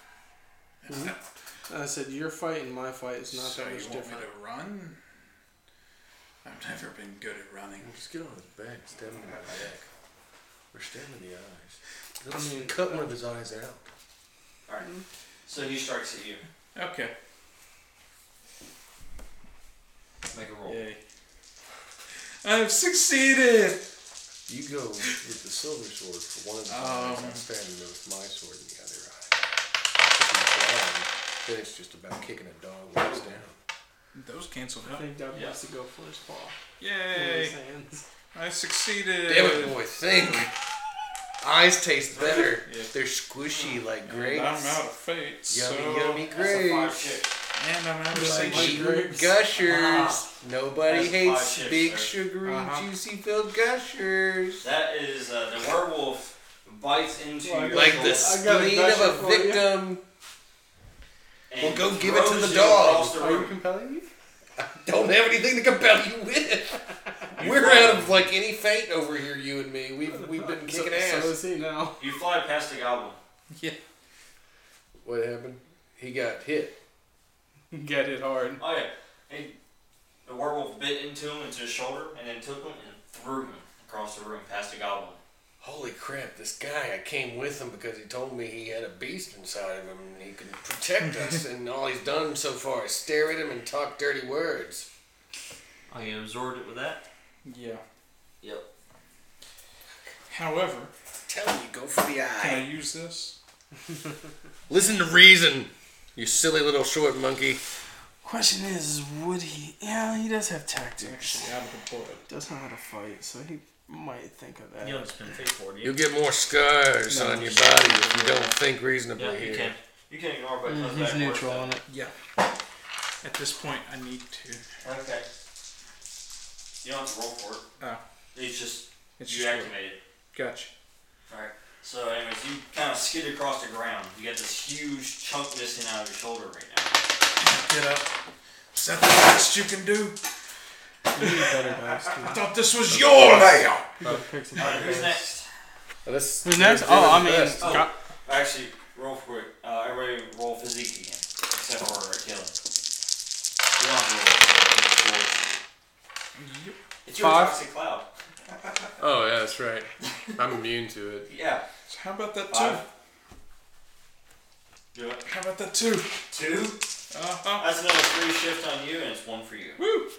Speaker 7: I said your fight and my fight is not
Speaker 1: Uh, so
Speaker 7: that
Speaker 1: you
Speaker 7: much
Speaker 1: want me
Speaker 7: different.
Speaker 1: to run? I've never been good at running.
Speaker 2: Just get on his back. Stab him in the neck. Or stab him in the eyes.
Speaker 7: I mean,
Speaker 2: cut one of his eyes out.
Speaker 4: All right. So he strikes at you.
Speaker 1: Okay.
Speaker 4: Make a roll.
Speaker 1: Yay. I've succeeded.
Speaker 2: You go with the silver sword for one of the eyes. I'm stabbing him with my sword in the other eye. If he's down, then it's just about kicking a dog when he's down.
Speaker 1: Those canceled
Speaker 7: I
Speaker 1: out.
Speaker 7: think Doug
Speaker 4: Yeah.
Speaker 7: wants to go first ball.
Speaker 1: Yay!
Speaker 7: Hands.
Speaker 1: I succeeded.
Speaker 2: Damn it, boy, think. Eyes taste better.
Speaker 1: Yeah.
Speaker 2: They're squishy like
Speaker 1: And
Speaker 2: grapes.
Speaker 1: I'm out of fate.
Speaker 2: Yummy,
Speaker 1: so,
Speaker 2: yummy
Speaker 4: That's a five
Speaker 2: grapes.
Speaker 4: shit.
Speaker 1: And I'm out of
Speaker 7: Like
Speaker 1: satiation.
Speaker 2: Cheap
Speaker 7: grapes.
Speaker 2: gushers.
Speaker 4: Ah.
Speaker 2: Nobody
Speaker 4: That's five
Speaker 2: hates
Speaker 4: chips
Speaker 2: big,
Speaker 4: there.
Speaker 2: sugary,
Speaker 1: Uh-huh.
Speaker 2: juicy filled gushers.
Speaker 4: That is uh, the werewolf bites into
Speaker 7: Well, I
Speaker 4: your
Speaker 7: got-
Speaker 2: Like
Speaker 4: soul
Speaker 2: the
Speaker 7: I got a
Speaker 2: spleen of
Speaker 7: gusher
Speaker 2: a
Speaker 7: for you.
Speaker 2: victim.
Speaker 4: and
Speaker 2: Well, go give it to
Speaker 4: throws
Speaker 2: the
Speaker 4: you
Speaker 2: dog.
Speaker 4: across the
Speaker 7: Are you
Speaker 4: room.
Speaker 7: compelling me?
Speaker 2: Don't have anything to compel you with. We're out of like any fate over here, you and me. We've we've been
Speaker 7: So,
Speaker 2: kicking
Speaker 7: so
Speaker 2: ass.
Speaker 7: is he now?
Speaker 4: You fly past the goblin.
Speaker 2: What happened? He got hit.
Speaker 7: Get it hard.
Speaker 4: Oh yeah, hey, the werewolf bit into him into his shoulder and then took him and threw him across the room past the goblin.
Speaker 2: Holy crap, this guy, I came with him because he told me he had a beast inside of him and he could protect us, and all he's done so far is stare at him and talk dirty words.
Speaker 4: Oh, you absorbed it with that.
Speaker 1: Yeah.
Speaker 4: Yep.
Speaker 1: However,
Speaker 2: Tell him you go for the
Speaker 1: can
Speaker 2: eye.
Speaker 1: I use this?
Speaker 2: Listen to reason, you silly little short monkey.
Speaker 7: Question is, would he? Yeah, he does have tactics.
Speaker 1: Actually, out of the blood.
Speaker 7: Does know how to fight, so he might think of that.
Speaker 4: You haven't spent fate for it.
Speaker 2: You'll get more scars
Speaker 1: No,
Speaker 2: on your
Speaker 1: it's-
Speaker 2: body if you don't think reasonably
Speaker 4: Yeah,
Speaker 2: here.
Speaker 4: you can. You can ignore, but it
Speaker 7: Mm,
Speaker 4: comes
Speaker 7: he's
Speaker 4: back worse
Speaker 7: neutral
Speaker 4: though.
Speaker 7: on it.
Speaker 1: Yeah. At this point, I need to.
Speaker 4: Okay. You don't have to roll for it.
Speaker 1: Oh.
Speaker 4: It's just
Speaker 1: It's
Speaker 4: you
Speaker 1: just
Speaker 4: activate it.
Speaker 1: Gotcha.
Speaker 4: Alright. So anyways, you kind of skid across the ground. You got this huge chunk missing out of your shoulder right now.
Speaker 1: Get up. Is that the best you can do? I thought this was your nail.
Speaker 4: Alright, who's next?
Speaker 2: Let's
Speaker 7: Who's next? Oh, I mean,
Speaker 4: Oh.
Speaker 7: God-
Speaker 4: Actually, roll for it. Uh, everybody roll physique again. Except for Akela. You don't have to roll.
Speaker 1: Yep.
Speaker 4: It's your
Speaker 7: Five.
Speaker 4: toxic cloud.
Speaker 6: Oh yeah, that's right. I'm immune to it.
Speaker 4: Yeah.
Speaker 1: So how about that two?
Speaker 4: Five. Do it.
Speaker 1: How about that two?
Speaker 4: Two?
Speaker 1: Uh-huh.
Speaker 4: That's another three shift on you, and it's one for you.
Speaker 1: Woo.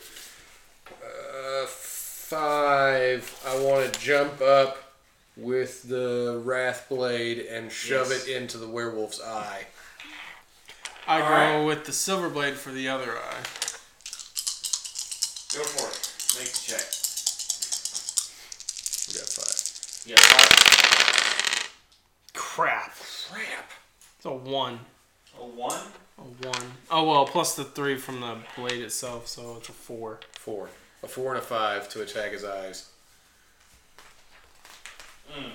Speaker 2: Uh, five. I want to jump up with the wrath blade and shove
Speaker 4: Yes.
Speaker 2: it into the werewolf's eye.
Speaker 7: I go
Speaker 4: Alright.
Speaker 7: with the silver blade for the other eye.
Speaker 4: Go for it. Make the check.
Speaker 2: We got five.
Speaker 4: You got five.
Speaker 7: Crap. Crap. It's a one.
Speaker 4: A one?
Speaker 7: A one. Oh well, plus the three from the blade itself, so it's a four.
Speaker 2: Four. A four and a five to attack his eyes.
Speaker 4: Mm.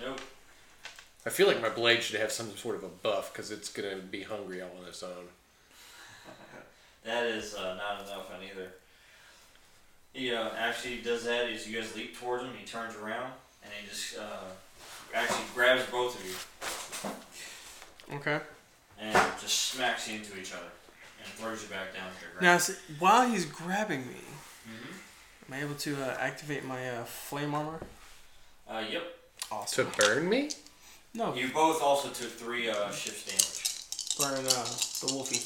Speaker 4: Nope.
Speaker 2: I feel like my blade should have some sort of a buff because it's gonna be hungry all on its own.
Speaker 4: That is uh, not enough on either. He uh, actually does that as you guys leap towards him. He turns around and he just uh, actually grabs both of you
Speaker 7: Okay.
Speaker 4: and just smacks you into each other and throws you back down to the ground.
Speaker 7: Now, see, while he's grabbing me, am I able to uh, activate my uh, flame armor?
Speaker 4: Uh, yep.
Speaker 2: To
Speaker 7: Awesome.
Speaker 2: burn me?
Speaker 7: No,
Speaker 4: You both also took three uh, shifts damage.
Speaker 7: burn uh, the wolfie.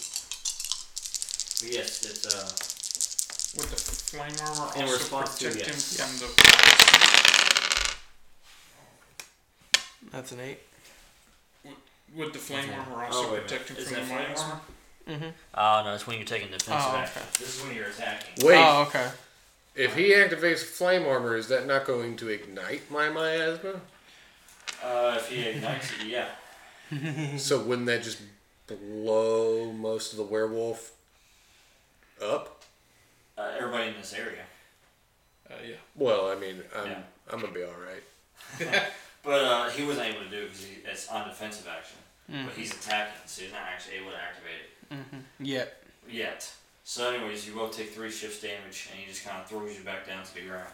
Speaker 4: But yes, it's uh,
Speaker 1: Would the flame armor
Speaker 4: In
Speaker 1: also
Speaker 4: response to
Speaker 1: protect him
Speaker 4: yes.
Speaker 1: from the?
Speaker 7: That's an eight.
Speaker 1: Would the flame armor
Speaker 4: Oh,
Speaker 1: also
Speaker 4: wait a
Speaker 1: protect him
Speaker 4: minute. Is
Speaker 1: from the
Speaker 4: that flame
Speaker 1: minus?
Speaker 4: armor?
Speaker 7: Mhm.
Speaker 4: Oh, no, it's when you're taking defensive
Speaker 7: Oh,
Speaker 4: action. This is when you're attacking.
Speaker 2: Wait.
Speaker 7: Oh, okay.
Speaker 2: If he activates flame armor, is that not going to ignite my miasma?
Speaker 4: Uh, if he ignites it, yeah.
Speaker 2: so wouldn't that just blow most of the werewolf up?
Speaker 4: Uh, everybody in this area.
Speaker 1: Uh, yeah.
Speaker 2: Well, I mean, I'm
Speaker 4: Yeah.
Speaker 2: I'm gonna be all right.
Speaker 4: But uh, he wasn't able to do it because it's on defensive action. But he's attacking, so he's not actually able to activate
Speaker 7: Yeah.
Speaker 4: it yet. So, anyways, you both take three shifts damage, and he just kind of throws you back down to the ground.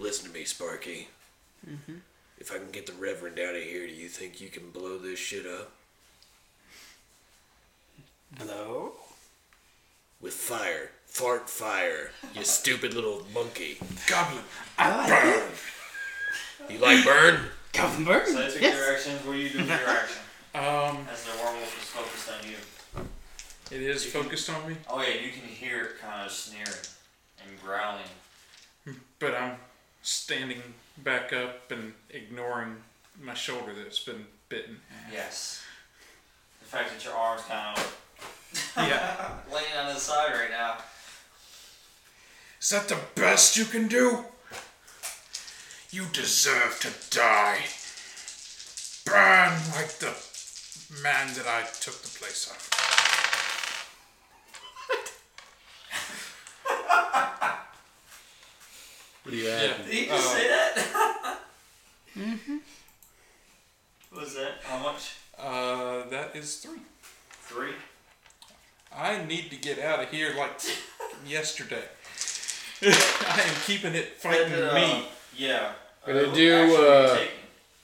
Speaker 5: Listen to me, Sparky. If I can get the Reverend out of here, do you think you can blow this shit up?
Speaker 7: Blow.
Speaker 5: With fire. Fart fire. You stupid little monkey.
Speaker 1: Goblin.
Speaker 5: You like burn?
Speaker 4: So, they took your actions. What are you doing with your action?
Speaker 1: Um,
Speaker 4: As the werewolf is focused on you.
Speaker 1: it is focused on me,
Speaker 4: Oh, yeah, you can hear it kind of sneering and growling.
Speaker 1: but I'm standing back up and ignoring my shoulder that's been bitten.
Speaker 4: Yes. The fact that your arm's kind of
Speaker 1: Yeah.
Speaker 4: laying on the side right now.
Speaker 1: Is that the best you can do? You deserve to die. Burn like the man that I took the place of.
Speaker 2: Yeah.
Speaker 4: Did he just say that? What was that? How much?
Speaker 1: Uh, that is three.
Speaker 4: Three?
Speaker 1: I need to get out of here like yesterday. I am keeping it fighting
Speaker 4: Uh,
Speaker 1: me.
Speaker 4: Yeah.
Speaker 2: What did
Speaker 4: Uh,
Speaker 2: you,
Speaker 4: action were you
Speaker 2: uh,
Speaker 4: taking?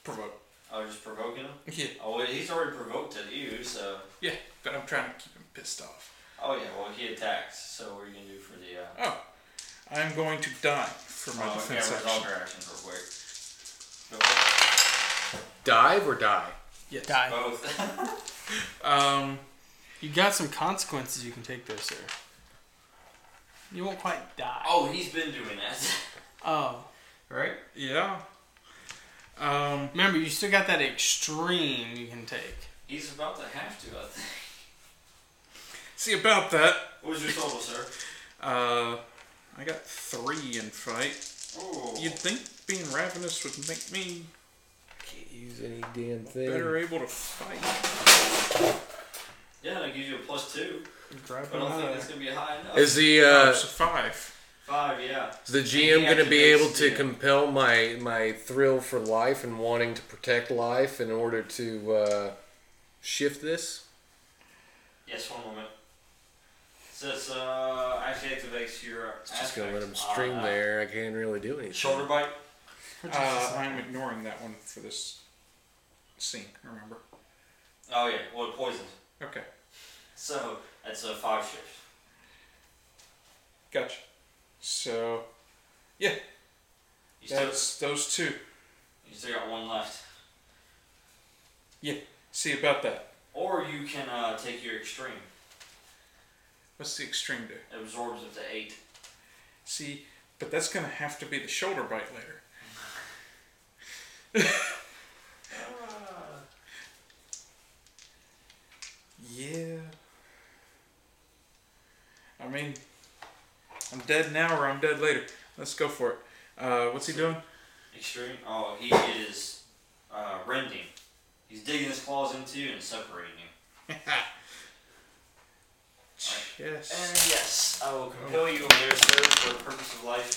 Speaker 1: Provoke.
Speaker 4: I was just provoking him?
Speaker 1: Yeah,
Speaker 4: Oh, well, he's already provoked at you, so.
Speaker 1: yeah, but I'm trying to keep him pissed off.
Speaker 4: Oh, yeah, well, he attacks, so what are you going to do for the. Uh,
Speaker 1: Oh, I'm going to die for my
Speaker 4: oh, yeah,
Speaker 1: defense
Speaker 4: resolve
Speaker 1: action.
Speaker 4: your action real quick. Go for
Speaker 2: Dive or die?
Speaker 1: Yes.
Speaker 7: Die.
Speaker 4: it. Both.
Speaker 1: Um,
Speaker 7: You got some consequences you can take there, sir. You won't quite die.
Speaker 4: oh, he's been doing that.
Speaker 7: Oh.
Speaker 4: Right?
Speaker 1: yeah. Um,
Speaker 7: Remember, you still got that extreme you can take.
Speaker 4: He's about to have to, I think.
Speaker 1: see about that.
Speaker 4: What was your total, sir?
Speaker 1: Uh, I got three in fight.
Speaker 4: Oh.
Speaker 1: You'd think being ravenous would make me
Speaker 2: Can't use any damn thing.
Speaker 1: better able to fight.
Speaker 4: Yeah, plus two.
Speaker 7: Grab
Speaker 4: But I don't
Speaker 7: another.
Speaker 1: Uh,
Speaker 4: think that's gonna be high enough.
Speaker 2: Is the
Speaker 1: Oh,
Speaker 2: uh,
Speaker 1: so five.
Speaker 4: Five, yeah.
Speaker 2: is the
Speaker 4: he
Speaker 2: GM going to be
Speaker 4: activates
Speaker 2: able to
Speaker 4: the- uh,
Speaker 2: compel my my thrill for life and wanting to protect life in order to uh, shift this?
Speaker 4: Yes, one moment. So it's uh, actually activates your.
Speaker 2: Just going to let him
Speaker 4: aspect
Speaker 2: string
Speaker 4: on, uh,
Speaker 2: there. I can't really do anything.
Speaker 4: Shoulder bite.
Speaker 1: Uh, I'm ignoring that one for this scene, remember?
Speaker 4: Oh yeah, well it poisoned.
Speaker 1: Okay,
Speaker 4: So that's a five shift.
Speaker 1: gotcha. So,
Speaker 4: You still,
Speaker 1: that's those two.
Speaker 4: you still got one left.
Speaker 1: See about that.
Speaker 4: Or you can uh, take your extreme.
Speaker 1: What's the extreme do?
Speaker 4: It absorbs up to eight.
Speaker 1: See, but that's going to have to be the shoulder bite later. Yeah. I mean, I'm dead now or I'm dead later. Let's go for it. Uh, what's he doing?
Speaker 4: Extreme. Oh, he is uh, rending. He's digging his claws into you and separating you. And
Speaker 1: Yes.
Speaker 4: yes, I will compel you over there, sir, for the purpose of life.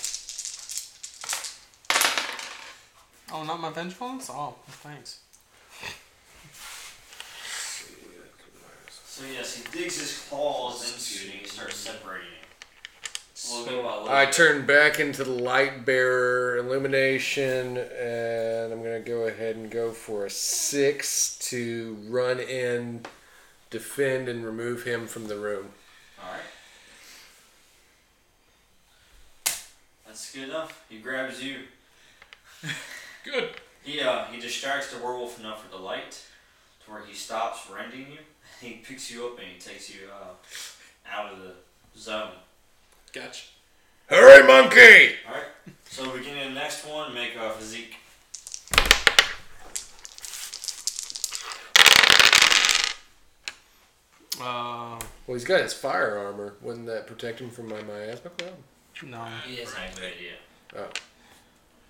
Speaker 7: Oh, not my vengefulness? Oh, thanks.
Speaker 4: So yes, he digs his claws into you and he starts separating you. Little bit by little
Speaker 2: I
Speaker 4: bit.
Speaker 2: turn back into the light bearer illumination, and I'm gonna go ahead and go for a six to run in, defend, and remove him from the room.
Speaker 4: Alright. That's good enough. He grabs you.
Speaker 1: Good.
Speaker 4: He uh he distracts the werewolf enough with the light to where he stops rending you. He picks you up and he takes you uh, out of the zone.
Speaker 1: Gotcha.
Speaker 2: Hurry, monkey!
Speaker 4: Alright. So beginning of the next one, make a physique.
Speaker 7: Uh,
Speaker 2: Well, he's got his fire armor. Wouldn't that protect him from my miasma cloud?
Speaker 7: no.
Speaker 4: He has no idea.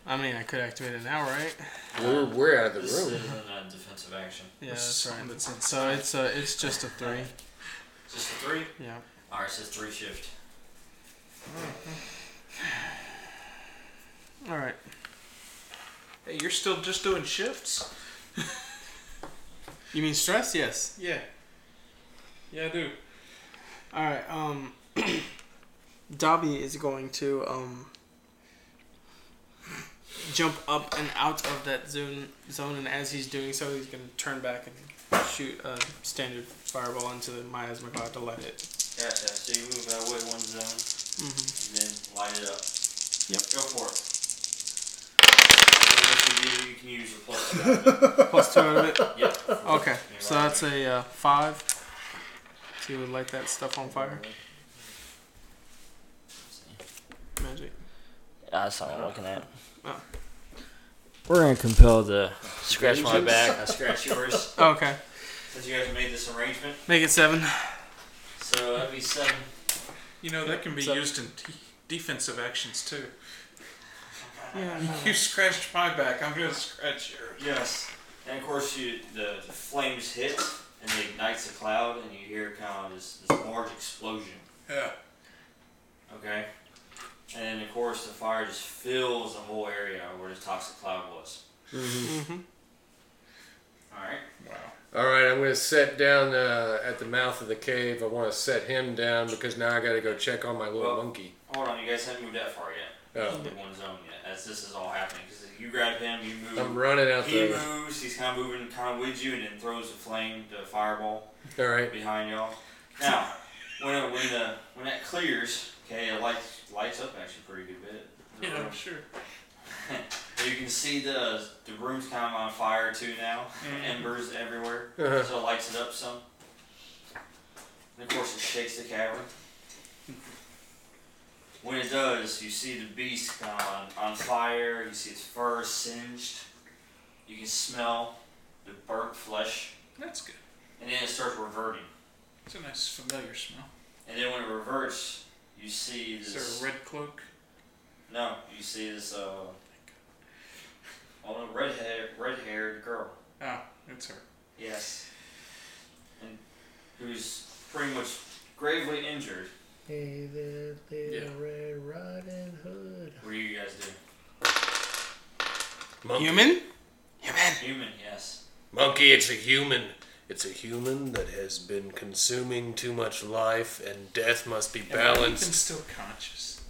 Speaker 7: I mean, I could activate it now, right?
Speaker 2: We're, we're out of the
Speaker 4: This is
Speaker 2: room.
Speaker 4: a defensive action.
Speaker 7: Yeah,
Speaker 1: This is
Speaker 7: that's
Speaker 1: something
Speaker 7: right.
Speaker 1: that's in-
Speaker 7: So it's uh, it's just a three.
Speaker 4: Just a three?
Speaker 7: Yeah.
Speaker 4: Alright, so it's three shift.
Speaker 7: All right.
Speaker 1: Hey, you're still just doing shifts?
Speaker 7: You mean stress? Yes.
Speaker 1: Yeah. Yeah, I do.
Speaker 7: All right. Um, Dobby is going to um jump up and out of that zone zone, and as he's doing so, he's going to turn back and shoot a standard fireball into the miasma cloud to light it.
Speaker 4: Gotcha. So you move that way one zone.
Speaker 7: Mm-hmm.
Speaker 4: and then light it up.
Speaker 7: Yep.
Speaker 4: Go for it. And if you do, you can use your plus two out of
Speaker 7: Plus two out of it.
Speaker 4: it. Yep.
Speaker 7: Okay. So that's a uh, five. So you would light that stuff on fire. Magic.
Speaker 4: That's not what I'm looking at.
Speaker 7: Oh.
Speaker 4: We're gonna compel the scratch my back. I scratch yours
Speaker 7: Okay.
Speaker 4: since you guys made this arrangement.
Speaker 7: Make it seven.
Speaker 4: So that'd be seven.
Speaker 1: You know, that can be
Speaker 7: So-
Speaker 1: used in de- defensive actions too.
Speaker 7: Yeah. I know.
Speaker 1: You scratched my back, I'm going to scratch yours.
Speaker 4: Yes. And of course, you the, the flames hit and it ignites a cloud, and you hear kind of this, this large explosion.
Speaker 1: Yeah.
Speaker 4: Okay. And then, of course, the fire just fills the whole area where the toxic cloud was. Mm-hmm.
Speaker 7: Mhm.
Speaker 4: Alright.
Speaker 2: All right, I'm gonna set down uh, at the mouth of the cave. I want to set him down because now I gotta go check on my little
Speaker 4: Well-
Speaker 2: monkey.
Speaker 4: Hold on, you guys haven't moved that far yet.
Speaker 2: Oh,
Speaker 4: The one zone yet, as this is all happening. Because you grab him, you move.
Speaker 2: I'm running out
Speaker 4: he
Speaker 2: the.
Speaker 4: moves, he's kind of moving kind of with you, and then throws the flame, the fireball,
Speaker 2: All right.
Speaker 4: behind y'all. Now, when, it, when, the, when that clears, okay, it lights, lights up actually pretty good bit. The
Speaker 1: Yeah,
Speaker 4: room.
Speaker 1: I'm sure.
Speaker 4: You can see the the room's kind of on fire too now.
Speaker 1: Mm-hmm.
Speaker 4: Embers everywhere.
Speaker 2: Uh-huh.
Speaker 4: So it lights it up some. And of course it shakes the cavern. When it does, you see the beast kind of on, on fire. You see its fur singed. You can smell the burnt flesh.
Speaker 1: That's good.
Speaker 4: And then it starts reverting.
Speaker 1: It's a nice familiar smell.
Speaker 4: And then when it reverts, you see
Speaker 1: Is
Speaker 4: this.
Speaker 1: there a red cloak?
Speaker 4: No, you see this uh, oh, red hair, red haired girl.
Speaker 1: Oh, it's her.
Speaker 4: Yes. And who's pretty much gravely injured.
Speaker 10: Hey there, little
Speaker 1: Yeah.
Speaker 10: Red Riding Hood.
Speaker 4: What do you guys do?
Speaker 5: Monkey.
Speaker 7: Human? Human.
Speaker 4: Human, yes.
Speaker 5: Monkey, it's a human. It's a human that has been consuming too much life, and death must be
Speaker 1: I'm
Speaker 5: balanced.
Speaker 1: still conscious.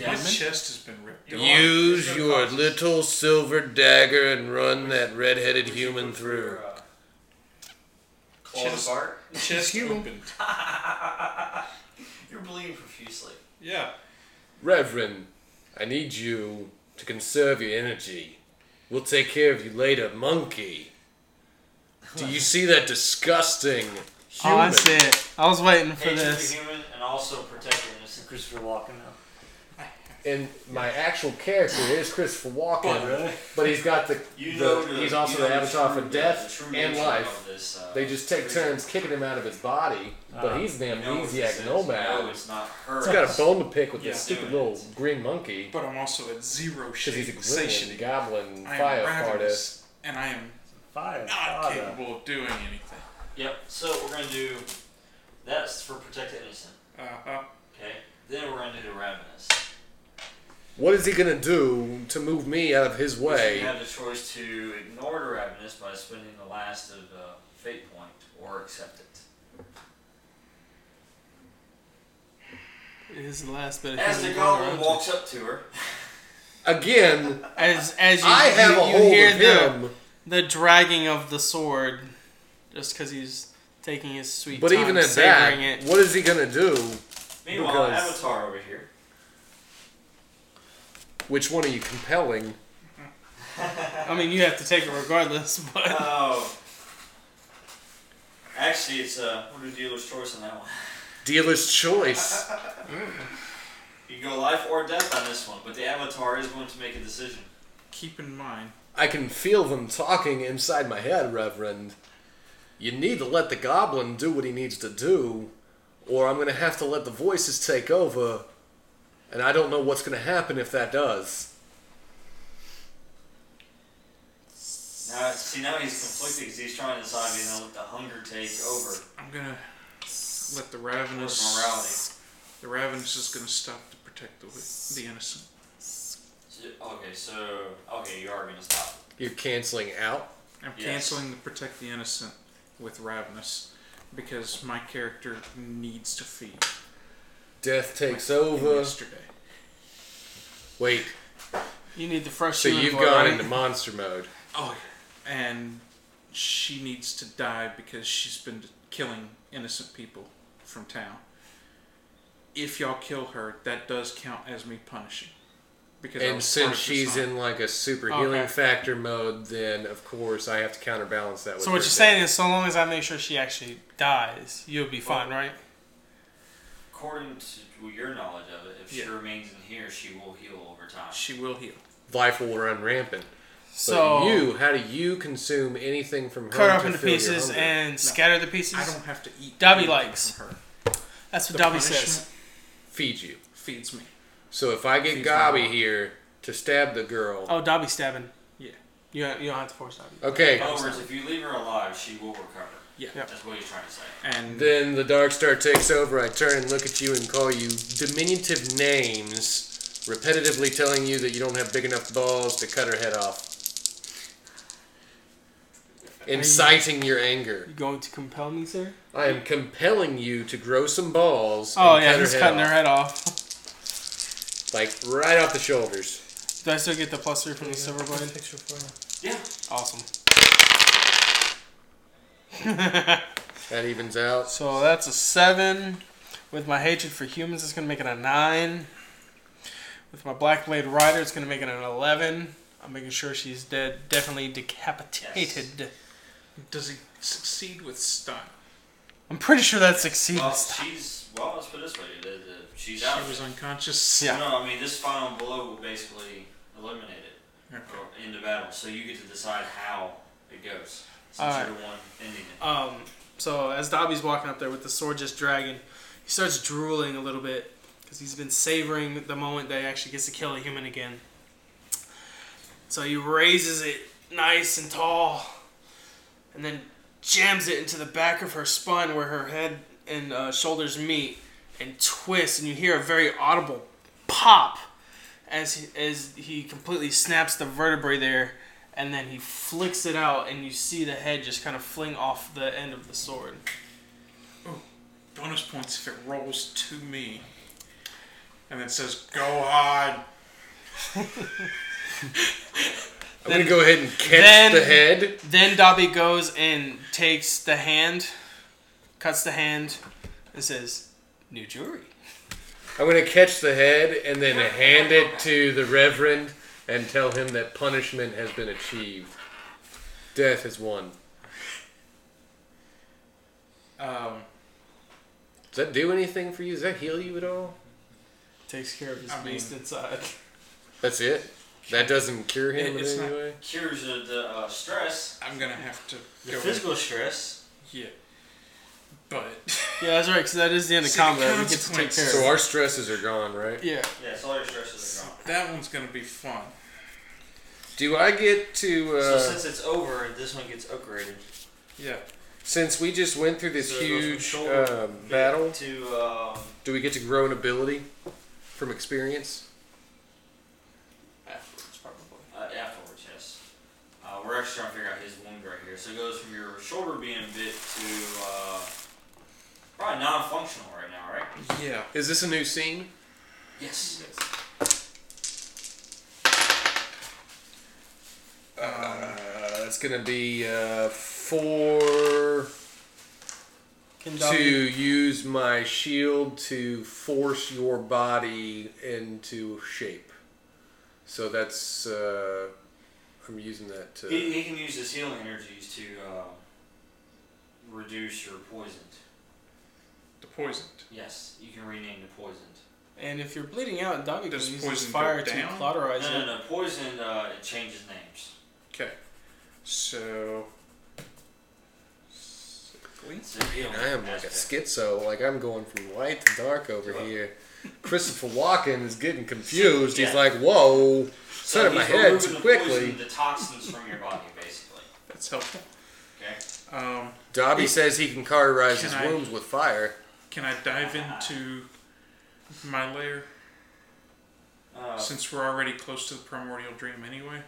Speaker 4: Yeah,
Speaker 1: His chest has been ripped off.
Speaker 5: Use
Speaker 4: There's no
Speaker 5: your
Speaker 4: conscience.
Speaker 5: little silver dagger and run that red-headed
Speaker 4: Would you
Speaker 5: human
Speaker 4: prefer,
Speaker 5: through.
Speaker 4: uh, Claws
Speaker 1: Chest-
Speaker 4: apart?
Speaker 1: Chest opened.
Speaker 4: You're bleeding profusely.
Speaker 1: Yeah.
Speaker 5: Reverend, I need you to conserve your energy. We'll take care of you later, monkey. Do you see that disgusting
Speaker 7: Oh,
Speaker 5: human?
Speaker 7: I see it. I was waiting for
Speaker 4: Hate to be
Speaker 7: this.
Speaker 4: human and also protect your innocent Christopher Walken.
Speaker 2: And my actual character is Christopher Walken,
Speaker 4: really?
Speaker 2: but he's got the.
Speaker 4: You
Speaker 2: the-
Speaker 4: know the,
Speaker 2: he's
Speaker 4: you
Speaker 2: also
Speaker 4: know
Speaker 2: the avatar
Speaker 4: true-
Speaker 2: for
Speaker 4: the
Speaker 2: death
Speaker 4: true
Speaker 2: and
Speaker 4: nature
Speaker 2: life.
Speaker 4: of This, uh,
Speaker 2: They just take
Speaker 4: creature.
Speaker 2: turns kicking him out of his body, but
Speaker 4: Uh,
Speaker 2: he's
Speaker 4: You
Speaker 2: an
Speaker 4: know what this
Speaker 2: amnesiac
Speaker 4: is.
Speaker 2: nomad.
Speaker 4: No, it's not her.
Speaker 2: He's got a bone to pick with
Speaker 1: Yeah.
Speaker 2: this stupid
Speaker 4: Doing
Speaker 2: little
Speaker 4: it.
Speaker 2: green monkey
Speaker 1: But I'm also at zero
Speaker 2: because he's a
Speaker 1: shape,
Speaker 2: gremlin,
Speaker 1: satiety.
Speaker 2: goblin,
Speaker 1: I am
Speaker 2: fire fartist.
Speaker 1: ravenous, and I am
Speaker 10: Fire.
Speaker 1: not
Speaker 2: uh,
Speaker 1: capable of doing anything.
Speaker 4: Yep. So we're gonna do. That's for protect the innocent.
Speaker 1: Uh huh.
Speaker 4: Okay. Then we're gonna do the ravenous.
Speaker 2: What is he gonna do to move me out of his
Speaker 4: You
Speaker 2: way?
Speaker 4: have the choice to ignore the ravenous by spending the last of uh, fate point or accept it.
Speaker 7: It is the last bit of
Speaker 4: As the
Speaker 7: human
Speaker 4: goblin
Speaker 7: interaction.
Speaker 4: walks up to her,
Speaker 2: Again,
Speaker 7: As as you,
Speaker 2: I have
Speaker 7: you,
Speaker 2: a
Speaker 7: you
Speaker 2: hold
Speaker 7: hear
Speaker 2: of
Speaker 7: the
Speaker 2: him,
Speaker 7: the dragging of the sword, just because he's taking his sweet
Speaker 2: but
Speaker 7: time
Speaker 2: even at that,
Speaker 7: savoring it.
Speaker 2: what is he gonna do?
Speaker 4: meanwhile,
Speaker 2: Because-
Speaker 4: Avatar over here.
Speaker 2: Which one are you compelling?
Speaker 7: I mean, you have to take it regardless. But
Speaker 4: Oh. Actually, it's uh, what a dealer's choice on that one.
Speaker 2: Dealer's choice.
Speaker 4: You can go life or death on this one, but the avatar is going to make a decision.
Speaker 1: Keep in mind,
Speaker 2: I can feel them talking inside my head, Reverend. You need to let the goblin do what he needs to do, or I'm gonna have to let the voices take over, and I don't know what's gonna happen if that does.
Speaker 4: Now, see, now he's conflicted because he's trying to decide if he's going to let the hunger take over
Speaker 1: I'm gonna let the
Speaker 4: or
Speaker 1: ravenous.
Speaker 4: morality.
Speaker 1: The ravenous is gonna stop to protect the the innocent.
Speaker 4: So, okay, so okay, you are going to stop.
Speaker 2: You're canceling out.
Speaker 1: I'm
Speaker 4: Yes.
Speaker 1: canceling the protect the innocent with ravenous because my character needs to feed.
Speaker 2: Death takes
Speaker 1: Like
Speaker 2: over.
Speaker 1: Yesterday.
Speaker 2: Wait,
Speaker 7: you need the fresh.
Speaker 2: so
Speaker 7: human
Speaker 2: you've
Speaker 7: blood,
Speaker 2: gone
Speaker 7: right?
Speaker 2: into monster mode.
Speaker 1: Oh, yeah. and she needs to die because she's been killing innocent people from town. If y'all kill her, that does count as me punishing. Because I
Speaker 2: And
Speaker 1: was part
Speaker 2: since
Speaker 1: of the
Speaker 2: she's
Speaker 1: song.
Speaker 2: in like a super
Speaker 7: Okay.
Speaker 2: healing factor mode, then of course I have to counterbalance that with
Speaker 7: So what
Speaker 2: her
Speaker 7: you're saying is, so long as I make sure she actually dies, you'll be fine, right?
Speaker 4: According to your knowledge of it, if she
Speaker 1: Yeah.
Speaker 4: remains in here, she will heal over time.
Speaker 1: she will heal.
Speaker 2: death. life will run rampant.
Speaker 7: So
Speaker 2: but you, how do you consume anything from her?
Speaker 7: cut her
Speaker 2: to
Speaker 7: up into
Speaker 2: fill your
Speaker 7: pieces
Speaker 2: hunger?
Speaker 7: and scatter the pieces.
Speaker 1: I don't have to eat.
Speaker 7: Dobby
Speaker 1: anything
Speaker 7: likes.
Speaker 1: from her.
Speaker 7: That's what
Speaker 1: The
Speaker 7: Dobby
Speaker 1: punishment
Speaker 7: says.
Speaker 2: feed you.
Speaker 1: Feeds me.
Speaker 2: So if I get
Speaker 1: Feeds my
Speaker 2: Gobby
Speaker 1: mom.
Speaker 2: here to stab the girl,
Speaker 7: Oh, Dobby stabbing.
Speaker 1: Yeah.
Speaker 7: You don't, you don't have to force Dobby.
Speaker 2: okay,
Speaker 4: In other words, if you leave her alive, she will recover.
Speaker 1: Yeah.
Speaker 7: Yeah.
Speaker 4: That's what he's trying to say.
Speaker 1: And
Speaker 2: then the Dark Star takes over. I turn and look at you and call you diminutive names, repetitively telling you that you don't have big enough balls to cut her head off, inciting your anger.
Speaker 7: You going to compel me, sir?
Speaker 2: I am compelling you to grow some balls.
Speaker 7: Oh
Speaker 2: and
Speaker 7: yeah,
Speaker 2: cut
Speaker 7: he's
Speaker 2: her
Speaker 7: cutting
Speaker 2: head
Speaker 7: her head off.
Speaker 2: off. like right off the shoulders.
Speaker 7: Do I still get the plus three from the silver blade?
Speaker 10: Picture for him.
Speaker 4: Yeah.
Speaker 7: Awesome.
Speaker 2: That evens out.
Speaker 7: So that's a seven. With my hatred for humans, it's gonna make it a nine. With my black blade rider, it's gonna make it an eleven. I'm making sure she's dead, definitely decapitated.
Speaker 1: does he succeed with style?
Speaker 7: I'm pretty sure that succeeds.
Speaker 4: Well, she's well. Let's put it this way: the, the, she's
Speaker 1: She
Speaker 4: out.
Speaker 1: was unconscious.
Speaker 7: Yeah.
Speaker 4: No, I mean this final blow will basically eliminate it
Speaker 1: Okay.
Speaker 4: or end the battle. So you get to decide how it goes. Since
Speaker 7: Alright.
Speaker 4: you're the one ending it.
Speaker 7: Um, so as Dobby's walking up there with the sword just dragging, he starts drooling a little bit because he's been savoring the moment that he actually gets to kill a human again. So he raises it nice and tall, and then jams it into the back of her spine where her head and uh, shoulders meet and twists, and you hear a very audible pop as he, as he completely snaps the vertebrae there, and then he flicks it out, and you see the head just kind of fling off the end of the sword.
Speaker 1: Bonus points if it rolls to me. And then says, go on.
Speaker 2: I'm gonna go ahead and catch
Speaker 7: then-
Speaker 2: the head.
Speaker 7: Then Dobby goes and takes the hand, cuts the hand, and says, "New jury."
Speaker 2: I'm gonna catch the head and then hand it to the reverend and tell him that punishment has been achieved. Death is won.
Speaker 1: Um,
Speaker 2: Does that do anything for you? Does that heal you at all?
Speaker 7: Takes care of his
Speaker 1: I mean-
Speaker 7: beast inside.
Speaker 2: That's it. That doesn't cure him
Speaker 1: It-
Speaker 2: in
Speaker 1: it's
Speaker 2: any
Speaker 1: not-
Speaker 2: way.
Speaker 4: Cures the, the uh, stress,
Speaker 1: I'm gonna have to
Speaker 4: the
Speaker 1: go. with-
Speaker 4: physical stress.
Speaker 1: Yeah. But
Speaker 7: Yeah, that's right. Because that is the end of
Speaker 1: See, the
Speaker 7: combat. He gets to take care
Speaker 1: consequences.
Speaker 7: of.
Speaker 2: So our stresses are gone, right?
Speaker 7: it. yeah.
Speaker 4: Yeah, so all your stresses are gone.
Speaker 1: that one's gonna be fun.
Speaker 2: Do I get to? Uh,
Speaker 4: so since it's over, this one gets upgraded.
Speaker 1: Yeah.
Speaker 2: since we just went through this
Speaker 4: So it goes from
Speaker 2: huge
Speaker 4: shoulder
Speaker 2: um, battle,
Speaker 4: To um,
Speaker 2: do we get to grow an ability from experience?
Speaker 4: afterwards, probably. Uh, afterwards, yes. Uh, we're actually trying to figure out his wound right here. So it goes from your shoulder being bit to uh, probably non-functional right now, right?
Speaker 1: Yeah.
Speaker 2: Is this a new scene?
Speaker 4: Yes.
Speaker 2: Uh, that's gonna be uh, four
Speaker 7: Can
Speaker 2: to
Speaker 7: Dobby,
Speaker 2: use my shield to force your body into shape. So that's uh, I'm using that to.
Speaker 4: He, he can use his healing energies to uh, reduce your poisoned.
Speaker 1: The poisoned.
Speaker 4: Yes, you can rename the poisoned.
Speaker 7: and if you're bleeding out, Dobby can
Speaker 1: Does
Speaker 7: use his
Speaker 1: poison go
Speaker 7: fire to
Speaker 1: down?
Speaker 4: No,
Speaker 7: cauterize
Speaker 4: no,
Speaker 7: it.
Speaker 4: no. Poisoned, uh, it changes names.
Speaker 1: Okay. So.
Speaker 4: It's a healing
Speaker 2: I am like a
Speaker 4: aspect.
Speaker 2: schizo. Like I'm going from light to dark over here. Christopher Walken is getting confused. He's
Speaker 4: Yeah.
Speaker 2: like, "Whoa,
Speaker 4: So
Speaker 2: out of my
Speaker 4: he's
Speaker 2: head
Speaker 4: removing
Speaker 2: too
Speaker 4: the
Speaker 2: quickly."
Speaker 4: Poison, the toxins from your body, basically.
Speaker 1: That's helpful.
Speaker 4: Okay.
Speaker 1: Um,
Speaker 2: Dobby says he can cauterize
Speaker 1: Can
Speaker 2: his
Speaker 1: I-
Speaker 2: wounds with fire.
Speaker 1: can I dive into my lair
Speaker 4: Uh,
Speaker 1: since we're already close to the primordial dream anyway?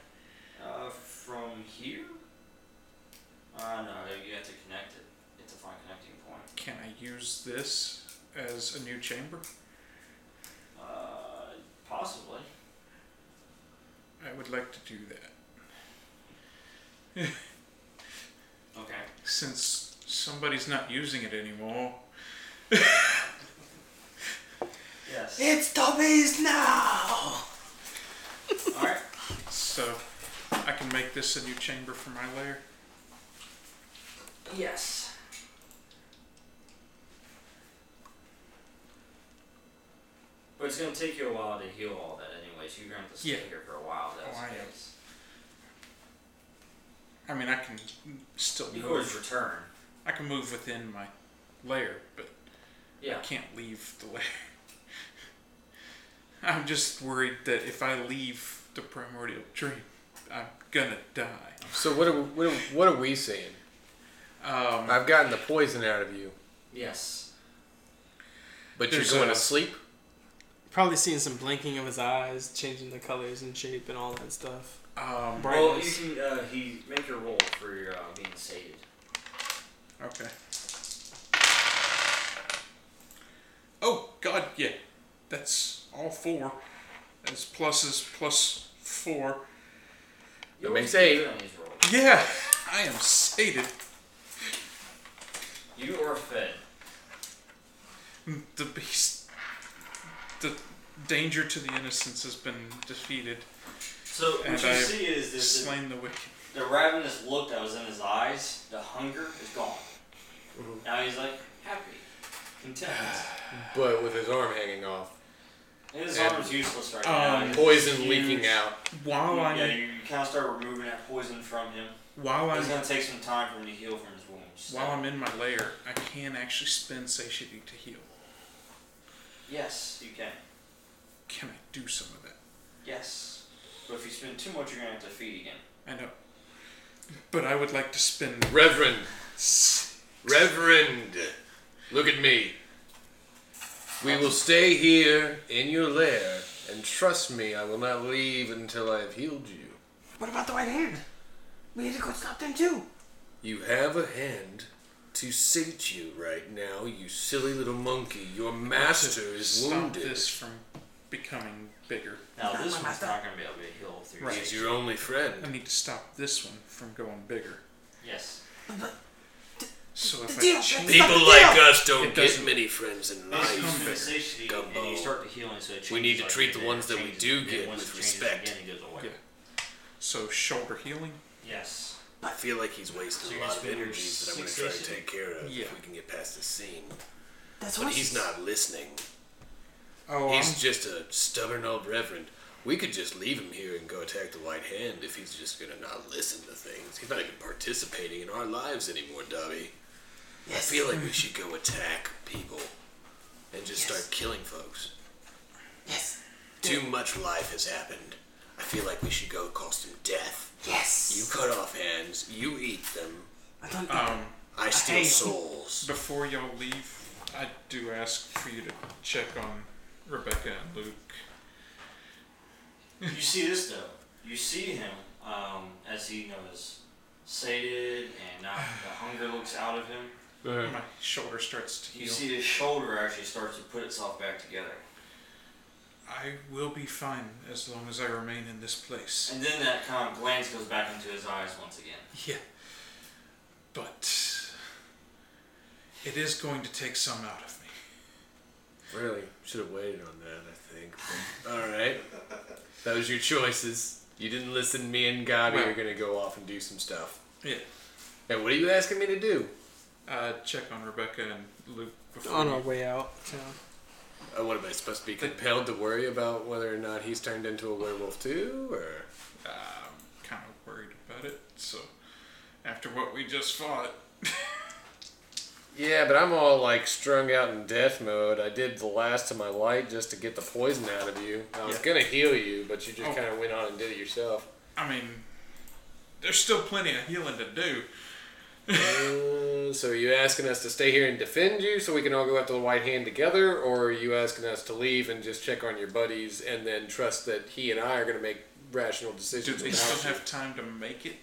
Speaker 4: uh, from here? Uh, no, you have to connect it. You have to find a connecting point.
Speaker 1: Can I use this as a new chamber?
Speaker 4: Uh, possibly.
Speaker 1: I would like to do that.
Speaker 4: Okay.
Speaker 1: Since somebody's not using it anymore,
Speaker 4: Yes.
Speaker 7: It's Dobby's now.
Speaker 4: All right.
Speaker 1: so I can make this a new chamber for my lair.
Speaker 4: Yes. But it's gonna take you a while to heal all that anyway, so you're gonna have to stay
Speaker 1: Yeah.
Speaker 4: here for a while. That's
Speaker 1: Oh, I
Speaker 4: the
Speaker 1: am.
Speaker 4: case.
Speaker 1: I mean, I can still
Speaker 4: You can always
Speaker 1: move.
Speaker 4: return.
Speaker 1: I can move within my lair, but
Speaker 4: Yeah.
Speaker 1: I can't leave the lair. I'm just worried that if I leave the primordial dream, I'm gonna die.
Speaker 2: So what are what are, what are we saying?
Speaker 1: Um,
Speaker 2: I've gotten the poison out of you,
Speaker 4: Yes.
Speaker 2: but you're
Speaker 1: There's
Speaker 2: going
Speaker 1: a-
Speaker 2: to sleep.
Speaker 7: Probably seeing some blinking of his eyes, changing the colors and shape and all that stuff.
Speaker 1: um,
Speaker 4: Well,
Speaker 7: Brightness.
Speaker 4: you can uh, he make your roll for your uh, being sated.
Speaker 1: Okay. Oh God, yeah, that's all four. That's pluses plus four.
Speaker 4: You
Speaker 2: That
Speaker 4: always
Speaker 2: makes
Speaker 4: get
Speaker 2: eight.
Speaker 4: good on these rolls.
Speaker 1: Yeah, I am sated.
Speaker 4: You are fed.
Speaker 1: The beast, the danger to the innocents has been defeated.
Speaker 4: So what
Speaker 1: And
Speaker 4: you
Speaker 1: I've
Speaker 4: see is this
Speaker 1: Slain the wicked.
Speaker 4: the ravenous look that was in his eyes, the hunger is gone.
Speaker 2: Mm-hmm.
Speaker 4: Now he's like happy, content.
Speaker 2: But with his arm hanging off,
Speaker 4: And his
Speaker 2: And-
Speaker 4: arm's useless right
Speaker 1: Um,
Speaker 4: now.
Speaker 2: poison
Speaker 4: Huge-
Speaker 2: leaking out.
Speaker 1: While Oh, I
Speaker 4: Yeah, you kind of start removing that poison from him.
Speaker 1: while
Speaker 4: It's
Speaker 1: I
Speaker 4: gonna take some time for him to heal from his wounds.
Speaker 1: while I'm in my lair, I can actually spend satiety to heal.
Speaker 4: yes, you can.
Speaker 1: Can I do some of that?
Speaker 4: Yes, but if you spend too much, you're gonna have to feed again.
Speaker 1: I know. But I would like to spend.
Speaker 13: Reverend,
Speaker 1: s-
Speaker 13: Reverend, look at me.
Speaker 2: We will stay here in your lair, and trust me, I will not leave until I have healed you.
Speaker 3: What about the white hand? We need to go stop them too.
Speaker 2: You have a hand to sate you right now, you silly little monkey. Your master is
Speaker 1: Stop
Speaker 2: wounded.
Speaker 1: this from becoming bigger.
Speaker 4: Now this one's not gonna be able to heal through.
Speaker 1: Right.
Speaker 2: He's
Speaker 4: safety.
Speaker 2: your only
Speaker 1: I
Speaker 2: friend.
Speaker 1: need to stop this one from going bigger.
Speaker 4: Yes.
Speaker 1: So if
Speaker 3: Deal.
Speaker 1: I change.
Speaker 13: People like us
Speaker 1: It
Speaker 13: don't
Speaker 1: doesn't-
Speaker 13: get many friends in
Speaker 4: Basically,
Speaker 13: life.
Speaker 1: Nice.
Speaker 4: you satiate and you
Speaker 13: Gumbo.
Speaker 4: start to heal, and so it
Speaker 13: We need
Speaker 4: changes,
Speaker 13: to
Speaker 4: like,
Speaker 13: treat
Speaker 4: and
Speaker 13: the
Speaker 4: then
Speaker 13: ones
Speaker 4: it
Speaker 13: that we
Speaker 4: changes,
Speaker 13: do
Speaker 4: and
Speaker 13: get
Speaker 4: once
Speaker 13: with
Speaker 4: it changes
Speaker 13: respect.
Speaker 4: Again, it goes away.
Speaker 1: Yeah. So shoulder healing?
Speaker 4: Yes.
Speaker 13: I feel like he's wasting a
Speaker 4: So you
Speaker 13: lot
Speaker 4: just
Speaker 13: of
Speaker 4: spend your
Speaker 13: energies that I'm going to
Speaker 4: six
Speaker 13: try to
Speaker 4: days in-
Speaker 13: take care of
Speaker 1: Yeah.
Speaker 13: if we can get past this scene.
Speaker 3: That's
Speaker 13: But
Speaker 3: what
Speaker 13: he's not listening.
Speaker 1: Oh, I'm-
Speaker 13: He's just a stubborn old reverend. We could just leave him here and go attack the White Hand if he's just going to not listen to things. He's not even participating in our lives anymore, Dobby. I feel like we should go attack people and just start killing folks.
Speaker 3: Yes.
Speaker 13: Too much life has happened. I feel like we should go cause some death.
Speaker 3: Yes.
Speaker 13: You cut off hands, you eat them,
Speaker 3: I don't.
Speaker 1: um,
Speaker 13: I steal
Speaker 3: Hey.
Speaker 13: souls.
Speaker 1: before y'all leave, I do ask for you to check on Rebecca and Luke.
Speaker 4: you see this though. You see him um, as he you know is sated, and now the hunger looks out of him.
Speaker 1: My shoulder starts to
Speaker 4: You
Speaker 1: heal.
Speaker 4: see his shoulder actually starts to put itself back together,
Speaker 1: I will be fine as long as I remain in this place.
Speaker 4: and then that kind of glance goes back into his eyes once again.
Speaker 1: Yeah. But it is going to take some out of me.
Speaker 2: Really? Should have waited on that, I think. Alright. That was your choices. You didn't listen. Me and Gabi
Speaker 1: Well-
Speaker 2: are going to go off and do some stuff.
Speaker 1: Yeah.
Speaker 2: And what are you asking me to do?
Speaker 1: Uh, check on Rebecca and Luke before.
Speaker 7: On
Speaker 1: you-
Speaker 7: our way out. So.
Speaker 2: Oh, what am I supposed to be compelled to worry about whether or not he's turned into a werewolf too, or
Speaker 1: Uh, I'm kind of worried about it. So after what we just fought,
Speaker 2: Yeah, but I'm all like strung out in death mode. I did the last of my light just to get the poison out of you. I was
Speaker 1: Yeah.
Speaker 2: gonna heal you, but you just
Speaker 1: Oh.
Speaker 2: kind of went on and did it yourself.
Speaker 1: I mean, there's still plenty of healing to do.
Speaker 2: Uh, so are you asking us to stay here and defend you so we can all go after the White Hand together, or are you asking us to leave and just check on your buddies and then trust that he and I are gonna make rational
Speaker 1: Do
Speaker 2: decisions?
Speaker 1: they
Speaker 2: about
Speaker 1: still
Speaker 2: you?
Speaker 1: have time to make it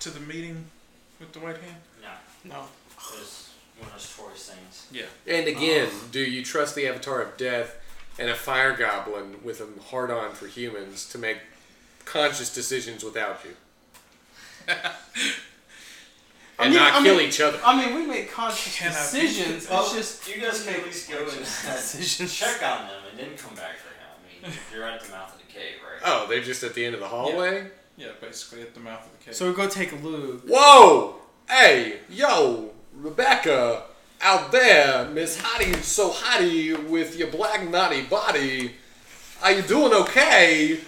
Speaker 1: to the meeting with the White Hand?
Speaker 4: No,
Speaker 7: No.
Speaker 4: it's one of those choice things.
Speaker 1: Yeah.
Speaker 2: And again,
Speaker 1: Oh.
Speaker 2: do you trust the Avatar of Death and a fire goblin with a hard on for humans to make conscious decisions without you? and
Speaker 7: mean-
Speaker 2: not
Speaker 7: I
Speaker 2: kill
Speaker 7: mean-
Speaker 2: each other.
Speaker 7: I mean, we make conscious
Speaker 1: Can I be-
Speaker 7: decisions. It's
Speaker 4: Well,
Speaker 7: just
Speaker 4: you guys can at least go and
Speaker 7: decisions.
Speaker 4: check on them and then come back for him. I mean, you're right at the mouth of the cave, right?
Speaker 2: Oh, they're just at the end of the hallway?
Speaker 1: Yeah, basically at the mouth of the cave.
Speaker 7: So we go take Luke.
Speaker 2: Whoa! Hey, yo, Rebecca, out there, Miss Hottie, so hottie with your black naughty body. Are you doing okay?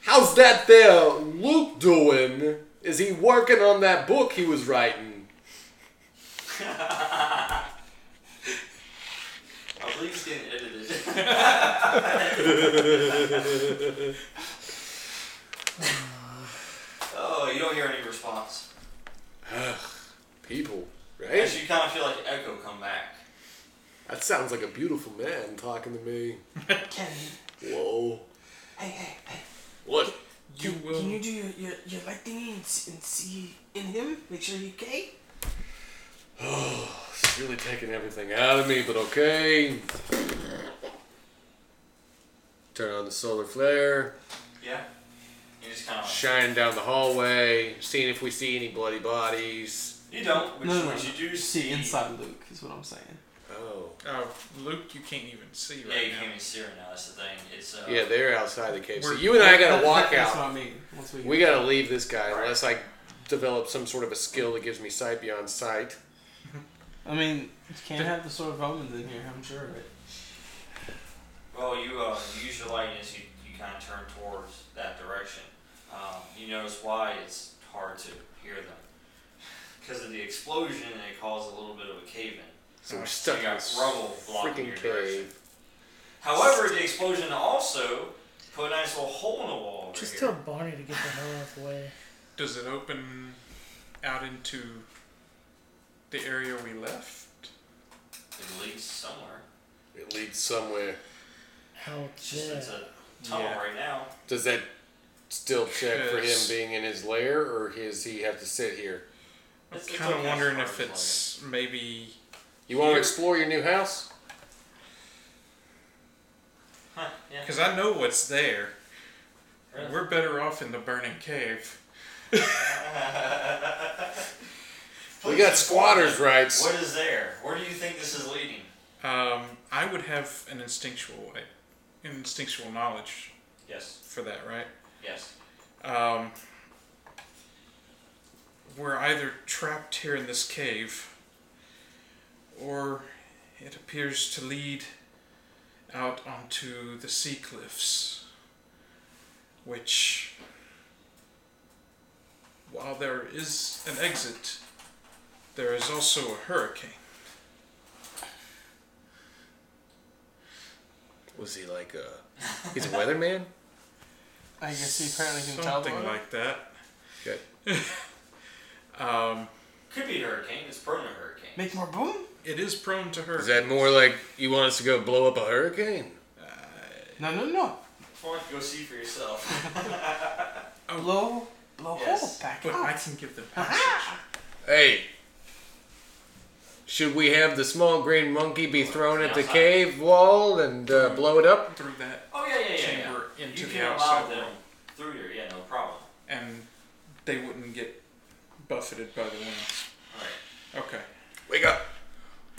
Speaker 2: How's that there Luke doing? Is he working on that book he was writing?
Speaker 4: I believe he's getting edited. oh, you don't hear any response.
Speaker 2: People, right?
Speaker 4: As you kind of feel like echo come back.
Speaker 2: That sounds like a beautiful man talking to me.
Speaker 3: Can
Speaker 2: Whoa.
Speaker 3: hey hey hey.
Speaker 13: What?
Speaker 1: you
Speaker 3: can,
Speaker 1: will.
Speaker 3: Can you do your your, your light thingy and, s- and see in him? Make sure he okay.
Speaker 2: It's really taking everything out of me, but okay. Turn on the solar flare.
Speaker 4: Yeah. You just kind of.
Speaker 2: shining down the hallway, seeing if we see any bloody bodies.
Speaker 4: You don't, which,
Speaker 7: No, no,
Speaker 4: which
Speaker 7: no.
Speaker 4: you do
Speaker 7: See inside Luke is what I'm saying.
Speaker 2: Oh.
Speaker 1: Oh, Luke, you can't even see
Speaker 4: Yeah, you
Speaker 1: right
Speaker 4: can't
Speaker 1: now.
Speaker 4: even see her now. That's the thing. It's uh,
Speaker 2: Yeah, they're outside the cave. So
Speaker 1: We're-
Speaker 2: you and I
Speaker 7: That-
Speaker 2: gotta
Speaker 7: that-
Speaker 2: walk
Speaker 7: That's
Speaker 2: out.
Speaker 7: what I mean. Once we,
Speaker 2: We gotta leave this guy unless I develop some sort of a skill that gives me sight beyond sight.
Speaker 7: I mean, you can't have the sort of omens in here. I'm sure of it.
Speaker 4: Well, you, uh, you use your lighting as you, you kind of turn towards that direction. Um, you notice why it's hard to hear them. Because of the explosion, and it caused a little bit of a cave in.
Speaker 2: So we're
Speaker 4: Oh, So
Speaker 2: stuck
Speaker 4: you
Speaker 2: in
Speaker 4: got
Speaker 2: this
Speaker 4: rubble blocking
Speaker 2: freaking
Speaker 4: your direction.
Speaker 2: cave.
Speaker 4: However, the explosion also put a nice little hole in the wall over
Speaker 14: Just
Speaker 4: here.
Speaker 14: tell Barney to get the hell out of the way.
Speaker 1: Does it open out into the area we left?
Speaker 4: It leads somewhere.
Speaker 15: It leads somewhere.
Speaker 3: Out
Speaker 4: It's just
Speaker 3: there.
Speaker 4: it's a tunnel
Speaker 1: Yeah.
Speaker 4: right now.
Speaker 15: Does that still check for him
Speaker 1: Yes.
Speaker 15: being in his lair, or does he have to sit here?
Speaker 1: I'm
Speaker 4: It's- it's
Speaker 1: kind of
Speaker 4: okay as
Speaker 1: wondering
Speaker 4: far
Speaker 1: if
Speaker 4: as like
Speaker 1: it's maybe.
Speaker 15: You want to
Speaker 1: Here.
Speaker 15: explore your new house?
Speaker 4: Huh, yeah.
Speaker 1: Because I know what's there.
Speaker 4: Really?
Speaker 1: We're better off in the burning cave.
Speaker 15: We got
Speaker 4: Please inform me.
Speaker 15: squatters' rights.
Speaker 4: What is there? Where do you think this is leading?
Speaker 1: Um, I would have an instinctual, instinctual knowledge
Speaker 4: Yes.
Speaker 1: for that, right?
Speaker 4: Yes.
Speaker 1: Um, we're either trapped here in this cave, or it appears to lead out onto the sea cliffs, which, while there is an exit, there is also a hurricane.
Speaker 2: Was he like a? He's a weatherman.
Speaker 7: I guess he apparently can tell.
Speaker 1: Something
Speaker 7: about it.
Speaker 1: like that.
Speaker 2: Okay.
Speaker 1: um,
Speaker 4: Could be a hurricane. It's prone to hurricane.
Speaker 7: Make more boom.
Speaker 1: it is prone to hurricanes.
Speaker 2: Is that more like you want us to go blow up a hurricane?
Speaker 7: No, no, no.
Speaker 4: Why don't you go see for yourself? Oh,
Speaker 7: Oh. Blow, blow
Speaker 4: Yes,
Speaker 7: hole back
Speaker 1: But
Speaker 7: out.
Speaker 1: I can give them passage.
Speaker 2: Hey, should we have the small green monkey be thrown at the
Speaker 4: Outside.
Speaker 2: cave wall and uh, blow it up?
Speaker 1: through that,
Speaker 4: oh yeah, yeah, yeah.
Speaker 1: Chamber
Speaker 4: yeah.
Speaker 1: into
Speaker 4: you
Speaker 1: the
Speaker 4: can allow
Speaker 1: outside
Speaker 4: them
Speaker 1: room.
Speaker 4: through here. Yeah, no problem.
Speaker 1: and they wouldn't get buffeted by the winds.
Speaker 4: All right.
Speaker 1: Okay.
Speaker 2: Wake up!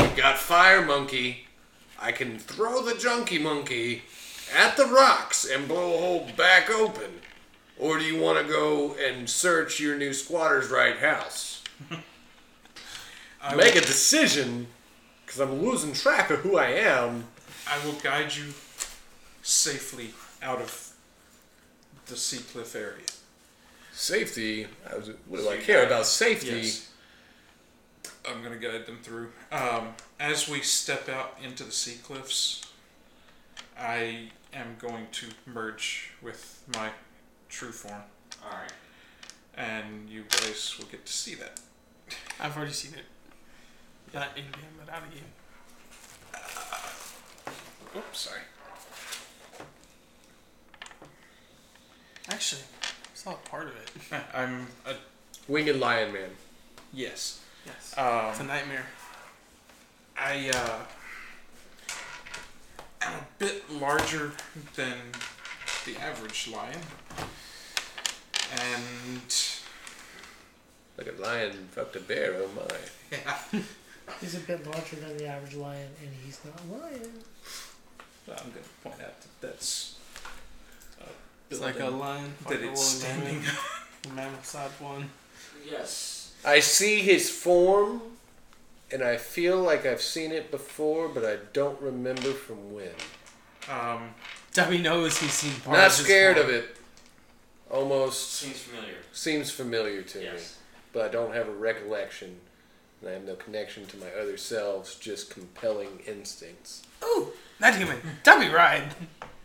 Speaker 2: We got fire monkey. I can throw the junkie monkey at the rocks and blow a hole back open. Or do you want to go and search your new squatter's right house?
Speaker 1: I
Speaker 2: Make a decision, because I'm losing track of who I am.
Speaker 1: I will guide you safely out of the sea cliff area.
Speaker 2: Safety. I was, what do I
Speaker 4: So you
Speaker 2: care
Speaker 4: got-
Speaker 2: about safety?
Speaker 1: I'm gonna guide them through. Um, as we step out into the sea cliffs, I am going to merge with my true form,
Speaker 4: All right.
Speaker 1: and you guys will get to see that.
Speaker 7: I've already seen it. Not in game, but out of game.
Speaker 1: Oops, sorry.
Speaker 7: Actually, it's not part of it.
Speaker 1: I'm a
Speaker 2: Winged Lion Man.
Speaker 1: yes.
Speaker 7: Yes.
Speaker 1: Um,
Speaker 7: it's a nightmare.
Speaker 1: I uh, am a bit larger than the average lion, and
Speaker 2: Like a lion fucked a bear, oh my.
Speaker 3: He's a bit larger than the average lion, and he's not lying.
Speaker 1: I'm going to point out that that's
Speaker 7: It's like a lion.
Speaker 1: that
Speaker 7: fucking
Speaker 1: it's
Speaker 7: woolly
Speaker 1: standing.
Speaker 7: mammoth, mammoth side one.
Speaker 4: Yes.
Speaker 2: I see his form, and I feel like I've seen it before, but I don't remember from when.
Speaker 1: Um,
Speaker 7: Debbie knows he's seen
Speaker 16: Oh,
Speaker 7: part
Speaker 2: Not
Speaker 7: of his
Speaker 2: scared of
Speaker 7: form.
Speaker 2: it. Almost
Speaker 4: Seems familiar.
Speaker 2: seems familiar to me,
Speaker 4: Yes.
Speaker 2: but I don't have a recollection, and I have no connection to my other selves, just compelling instincts.
Speaker 7: Ooh, not human. Debbie ride.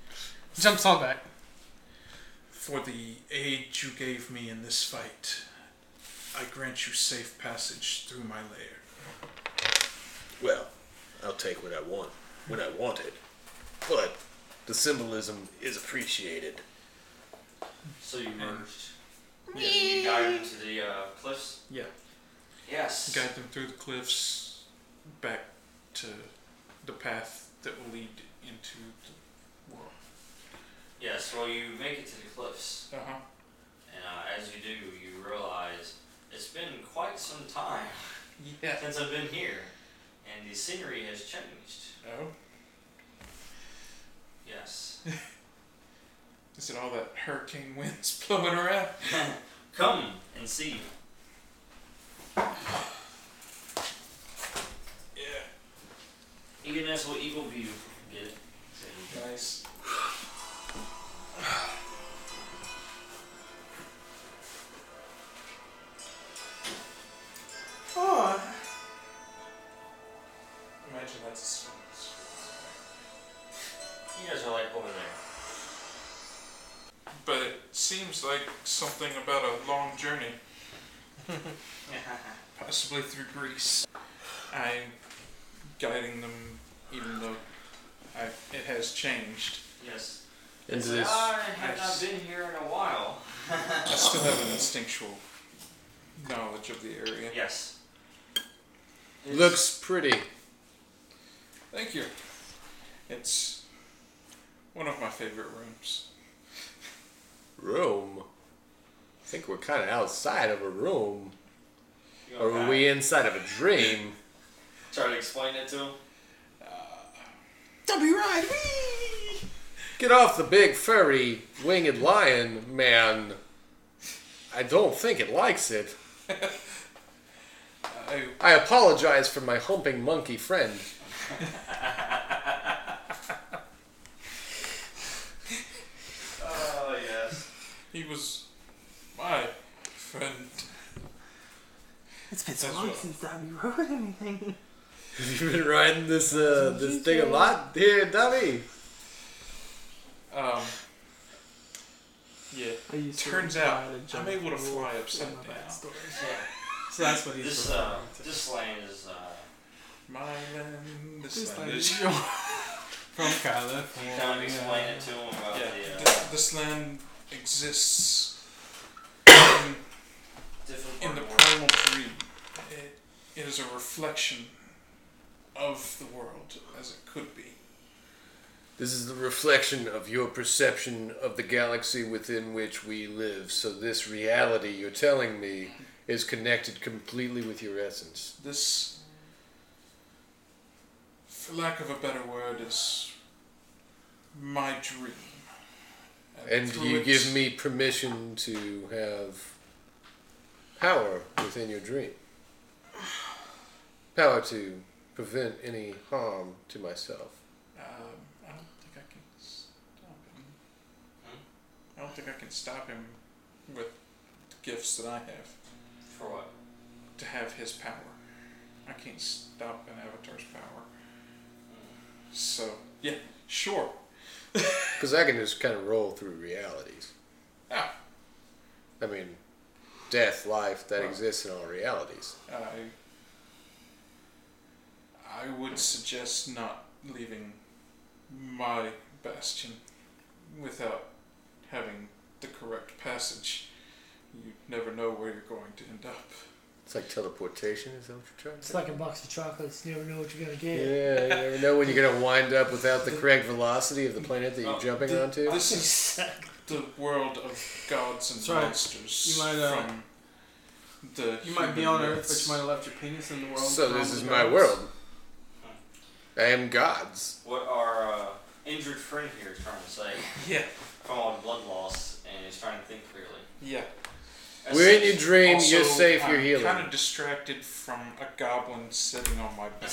Speaker 7: Jumps on back.
Speaker 1: for the aid you gave me in this fight, I grant you safe passage through my lair.
Speaker 15: Well, I'll take what I want when I want it. But the symbolism is appreciated.
Speaker 4: So you merged. Yeah. You guided them to the uh, cliffs.
Speaker 1: Yeah.
Speaker 4: Yes.
Speaker 1: Guide them through the cliffs, back to the path that will lead into the world.
Speaker 4: Yes. Well, you make it to the cliffs,
Speaker 1: Uh huh.
Speaker 4: and uh, as you do, you realize it's been quite some time
Speaker 1: Yeah.
Speaker 4: since I've been here, and the scenery has changed.
Speaker 1: Oh,
Speaker 4: Yes.
Speaker 1: is it all that hurricane winds blowing around?
Speaker 4: Come and see.
Speaker 1: Yeah.
Speaker 4: Even as will evil view. Get it?
Speaker 1: Nice.
Speaker 7: Oh,
Speaker 1: Imagine that's a swing.
Speaker 4: You guys are like over there.
Speaker 1: But seems like something about a long journey, possibly through Greece. I'm guiding them, even though I, it has changed.
Speaker 4: yes.
Speaker 16: Into
Speaker 4: It's like,
Speaker 16: this.
Speaker 4: "Ah, I have not been here in a while.
Speaker 1: I still have an instinctual knowledge of the area.
Speaker 4: yes. It's-
Speaker 16: Looks pretty.
Speaker 1: Thank you. It's one of my favorite rooms.
Speaker 16: Room. I think we're kind of outside of a room.
Speaker 4: you
Speaker 16: Or
Speaker 4: know,
Speaker 16: are we inside of a dream?
Speaker 4: Try to explain it to him.
Speaker 17: W ride.
Speaker 16: Get off the big furry winged lion, man. I don't think it likes it.
Speaker 1: I,
Speaker 16: I apologize for my humping monkey friend.
Speaker 4: Oh yes.
Speaker 1: he was my friend.
Speaker 18: It's been so
Speaker 1: That's
Speaker 18: long
Speaker 1: what-
Speaker 18: since W wrote anything.
Speaker 16: Have you been riding this uh, this thing a lot here, dummy?
Speaker 1: Um, yeah.
Speaker 7: I used to
Speaker 1: Turns
Speaker 7: ride
Speaker 1: out
Speaker 7: a
Speaker 1: I'm
Speaker 7: giant
Speaker 1: able to
Speaker 7: wolf
Speaker 1: fly
Speaker 7: in
Speaker 1: upside
Speaker 7: my
Speaker 1: down.
Speaker 7: backstory.
Speaker 4: Yeah.
Speaker 7: So that's what he's
Speaker 4: This
Speaker 7: referring
Speaker 4: uh,
Speaker 7: to.
Speaker 4: this land is uh,
Speaker 1: My land, this,
Speaker 7: This
Speaker 1: land,
Speaker 7: land
Speaker 1: is
Speaker 7: is yours. From California.
Speaker 4: kind of explain it to him about
Speaker 1: Yeah,
Speaker 4: the uh,
Speaker 1: th- this land exists in,
Speaker 4: different
Speaker 1: in the
Speaker 4: part of the world.
Speaker 1: primal dream. It, it is a reflection of the world as it could be.
Speaker 2: This is the reflection of your perception of the galaxy within which we live. So this reality you're telling me is connected completely with your essence.
Speaker 1: This, for lack of a better word, is my dream.
Speaker 2: And
Speaker 1: through
Speaker 2: you
Speaker 1: it-
Speaker 2: give me permission to have power within your dream. Power to prevent any harm to myself.
Speaker 1: Um, I don't think I can stop him. I don't think I can stop him with gifts that I have
Speaker 4: For what?
Speaker 1: to have his power. I can't stop an avatar's power. So yeah, sure.
Speaker 2: Because I can just kind of roll through realities.
Speaker 1: Ah,
Speaker 2: I mean, death, life, that
Speaker 1: Wow.
Speaker 2: exists in all realities.
Speaker 1: I I would suggest not leaving my bastion without having the correct passage. You never know where you're going to end up.
Speaker 2: It's like teleportation, is that what you're trying to
Speaker 3: It's like a box of chocolates. You never know what you're gonna get.
Speaker 2: Yeah, you never know when you're going to wind up without the correct velocity of the planet that you're
Speaker 4: Oh,
Speaker 2: jumping
Speaker 1: the-
Speaker 2: onto.
Speaker 1: This is the world of gods and
Speaker 7: That's right.
Speaker 1: monsters.
Speaker 7: You might, uh,
Speaker 1: from the
Speaker 7: You might be
Speaker 1: human
Speaker 7: on Earth, but
Speaker 1: myths.
Speaker 7: you might have left your penis in the world.
Speaker 2: So
Speaker 7: for
Speaker 2: this
Speaker 7: all
Speaker 2: is
Speaker 7: the
Speaker 2: my
Speaker 7: gods.
Speaker 2: world. I am gods.
Speaker 4: What our uh, injured friend here is trying to say
Speaker 1: Yeah,
Speaker 4: from all the blood loss, and he's trying to think clearly.
Speaker 1: yeah.
Speaker 2: We're in your dream. you're
Speaker 1: Also,
Speaker 2: safe.
Speaker 4: um,
Speaker 2: You're
Speaker 1: I'm
Speaker 2: healing.
Speaker 1: kind of distracted from a goblin sitting on my back.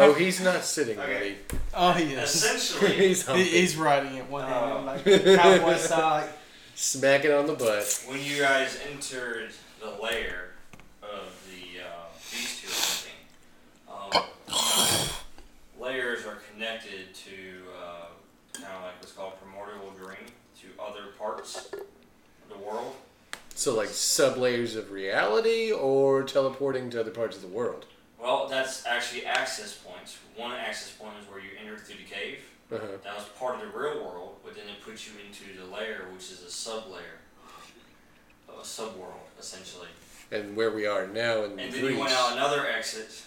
Speaker 2: Oh, he's not sitting,
Speaker 4: Okay.
Speaker 7: Oh, he is.
Speaker 2: buddy.
Speaker 4: Essentially,
Speaker 2: He's
Speaker 7: He,
Speaker 2: humping.
Speaker 7: he's riding it one
Speaker 4: Uh,
Speaker 7: hand, like cowboy
Speaker 1: uh,
Speaker 7: style.
Speaker 2: Smack it on the butt.
Speaker 4: when you guys entered the lair of the uh, beast who was hunting, um, layers are connected to uh, kind of like what's called primordial dream to other parts of the world.
Speaker 2: So like sublayers of reality, or teleporting to other parts of the world.
Speaker 4: Well, that's actually access points. One access point is where you entered through the cave.
Speaker 2: Uh-huh.
Speaker 4: That was part of the real world, but then it puts you into the layer, which is a sub-layer, a subworld, essentially.
Speaker 2: And where we are now in
Speaker 4: And then you
Speaker 2: Greece.
Speaker 4: went out another exit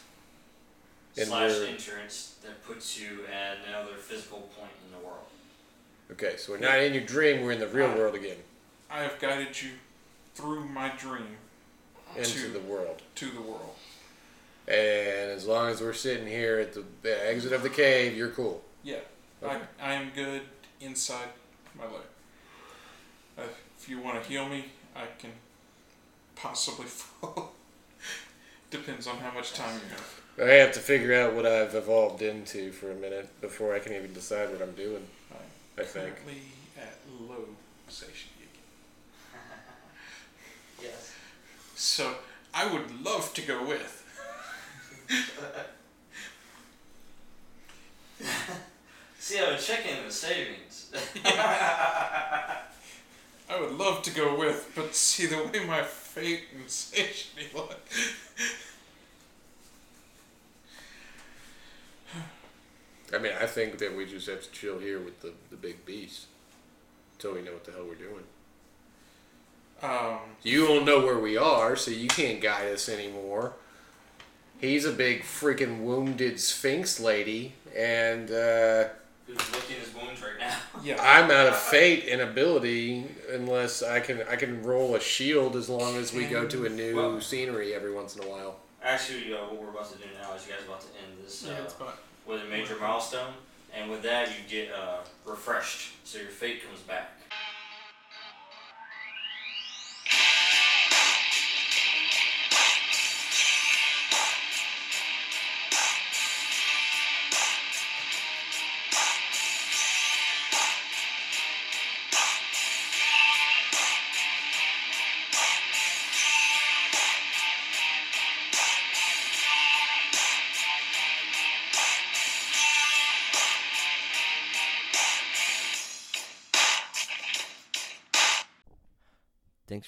Speaker 2: And
Speaker 4: slash
Speaker 2: we're-
Speaker 4: entrance that puts you at another physical point in the world.
Speaker 2: Okay, so we're not in your dream. We're in the real world again.
Speaker 1: I have guided you through my dream
Speaker 2: Into
Speaker 1: Two.
Speaker 2: the world.
Speaker 1: to the world.
Speaker 2: And as long as we're sitting here at the uh, exit of the cave, you're cool.
Speaker 1: Yeah,
Speaker 2: Okay.
Speaker 1: I, I am good inside my lair. Uh, if you want to heal me, I can possibly fall. Depends on how much time you have.
Speaker 2: I have to figure out what I've evolved into for a minute before I can even decide what I'm doing. I think.
Speaker 1: Currently at low satiety.
Speaker 4: Yes.
Speaker 1: So I would love to go with.
Speaker 4: See, I would check in the savings.
Speaker 1: I would love to go with, but see the way my fate and satiety look.
Speaker 2: I mean, I think that we just have to chill here with the, the big beast until we know what the hell we're doing.
Speaker 1: Um,
Speaker 2: You don't know where we are, so you can't guide us anymore. He's a big freaking wounded sphinx lady, and uh,
Speaker 4: Who's licking his wounds right now?
Speaker 1: yeah.
Speaker 2: I'm out of fate and ability unless I can I can roll a shield as long as we go to a new
Speaker 4: Well-
Speaker 2: scenery every once in a while.
Speaker 4: Actually, uh, what we're about to do now is you guys are about to end this uh,
Speaker 19: Yeah, it's about
Speaker 4: with a major milestone, and with that you get uh, refreshed, so your fate comes back.
Speaker 20: Thanks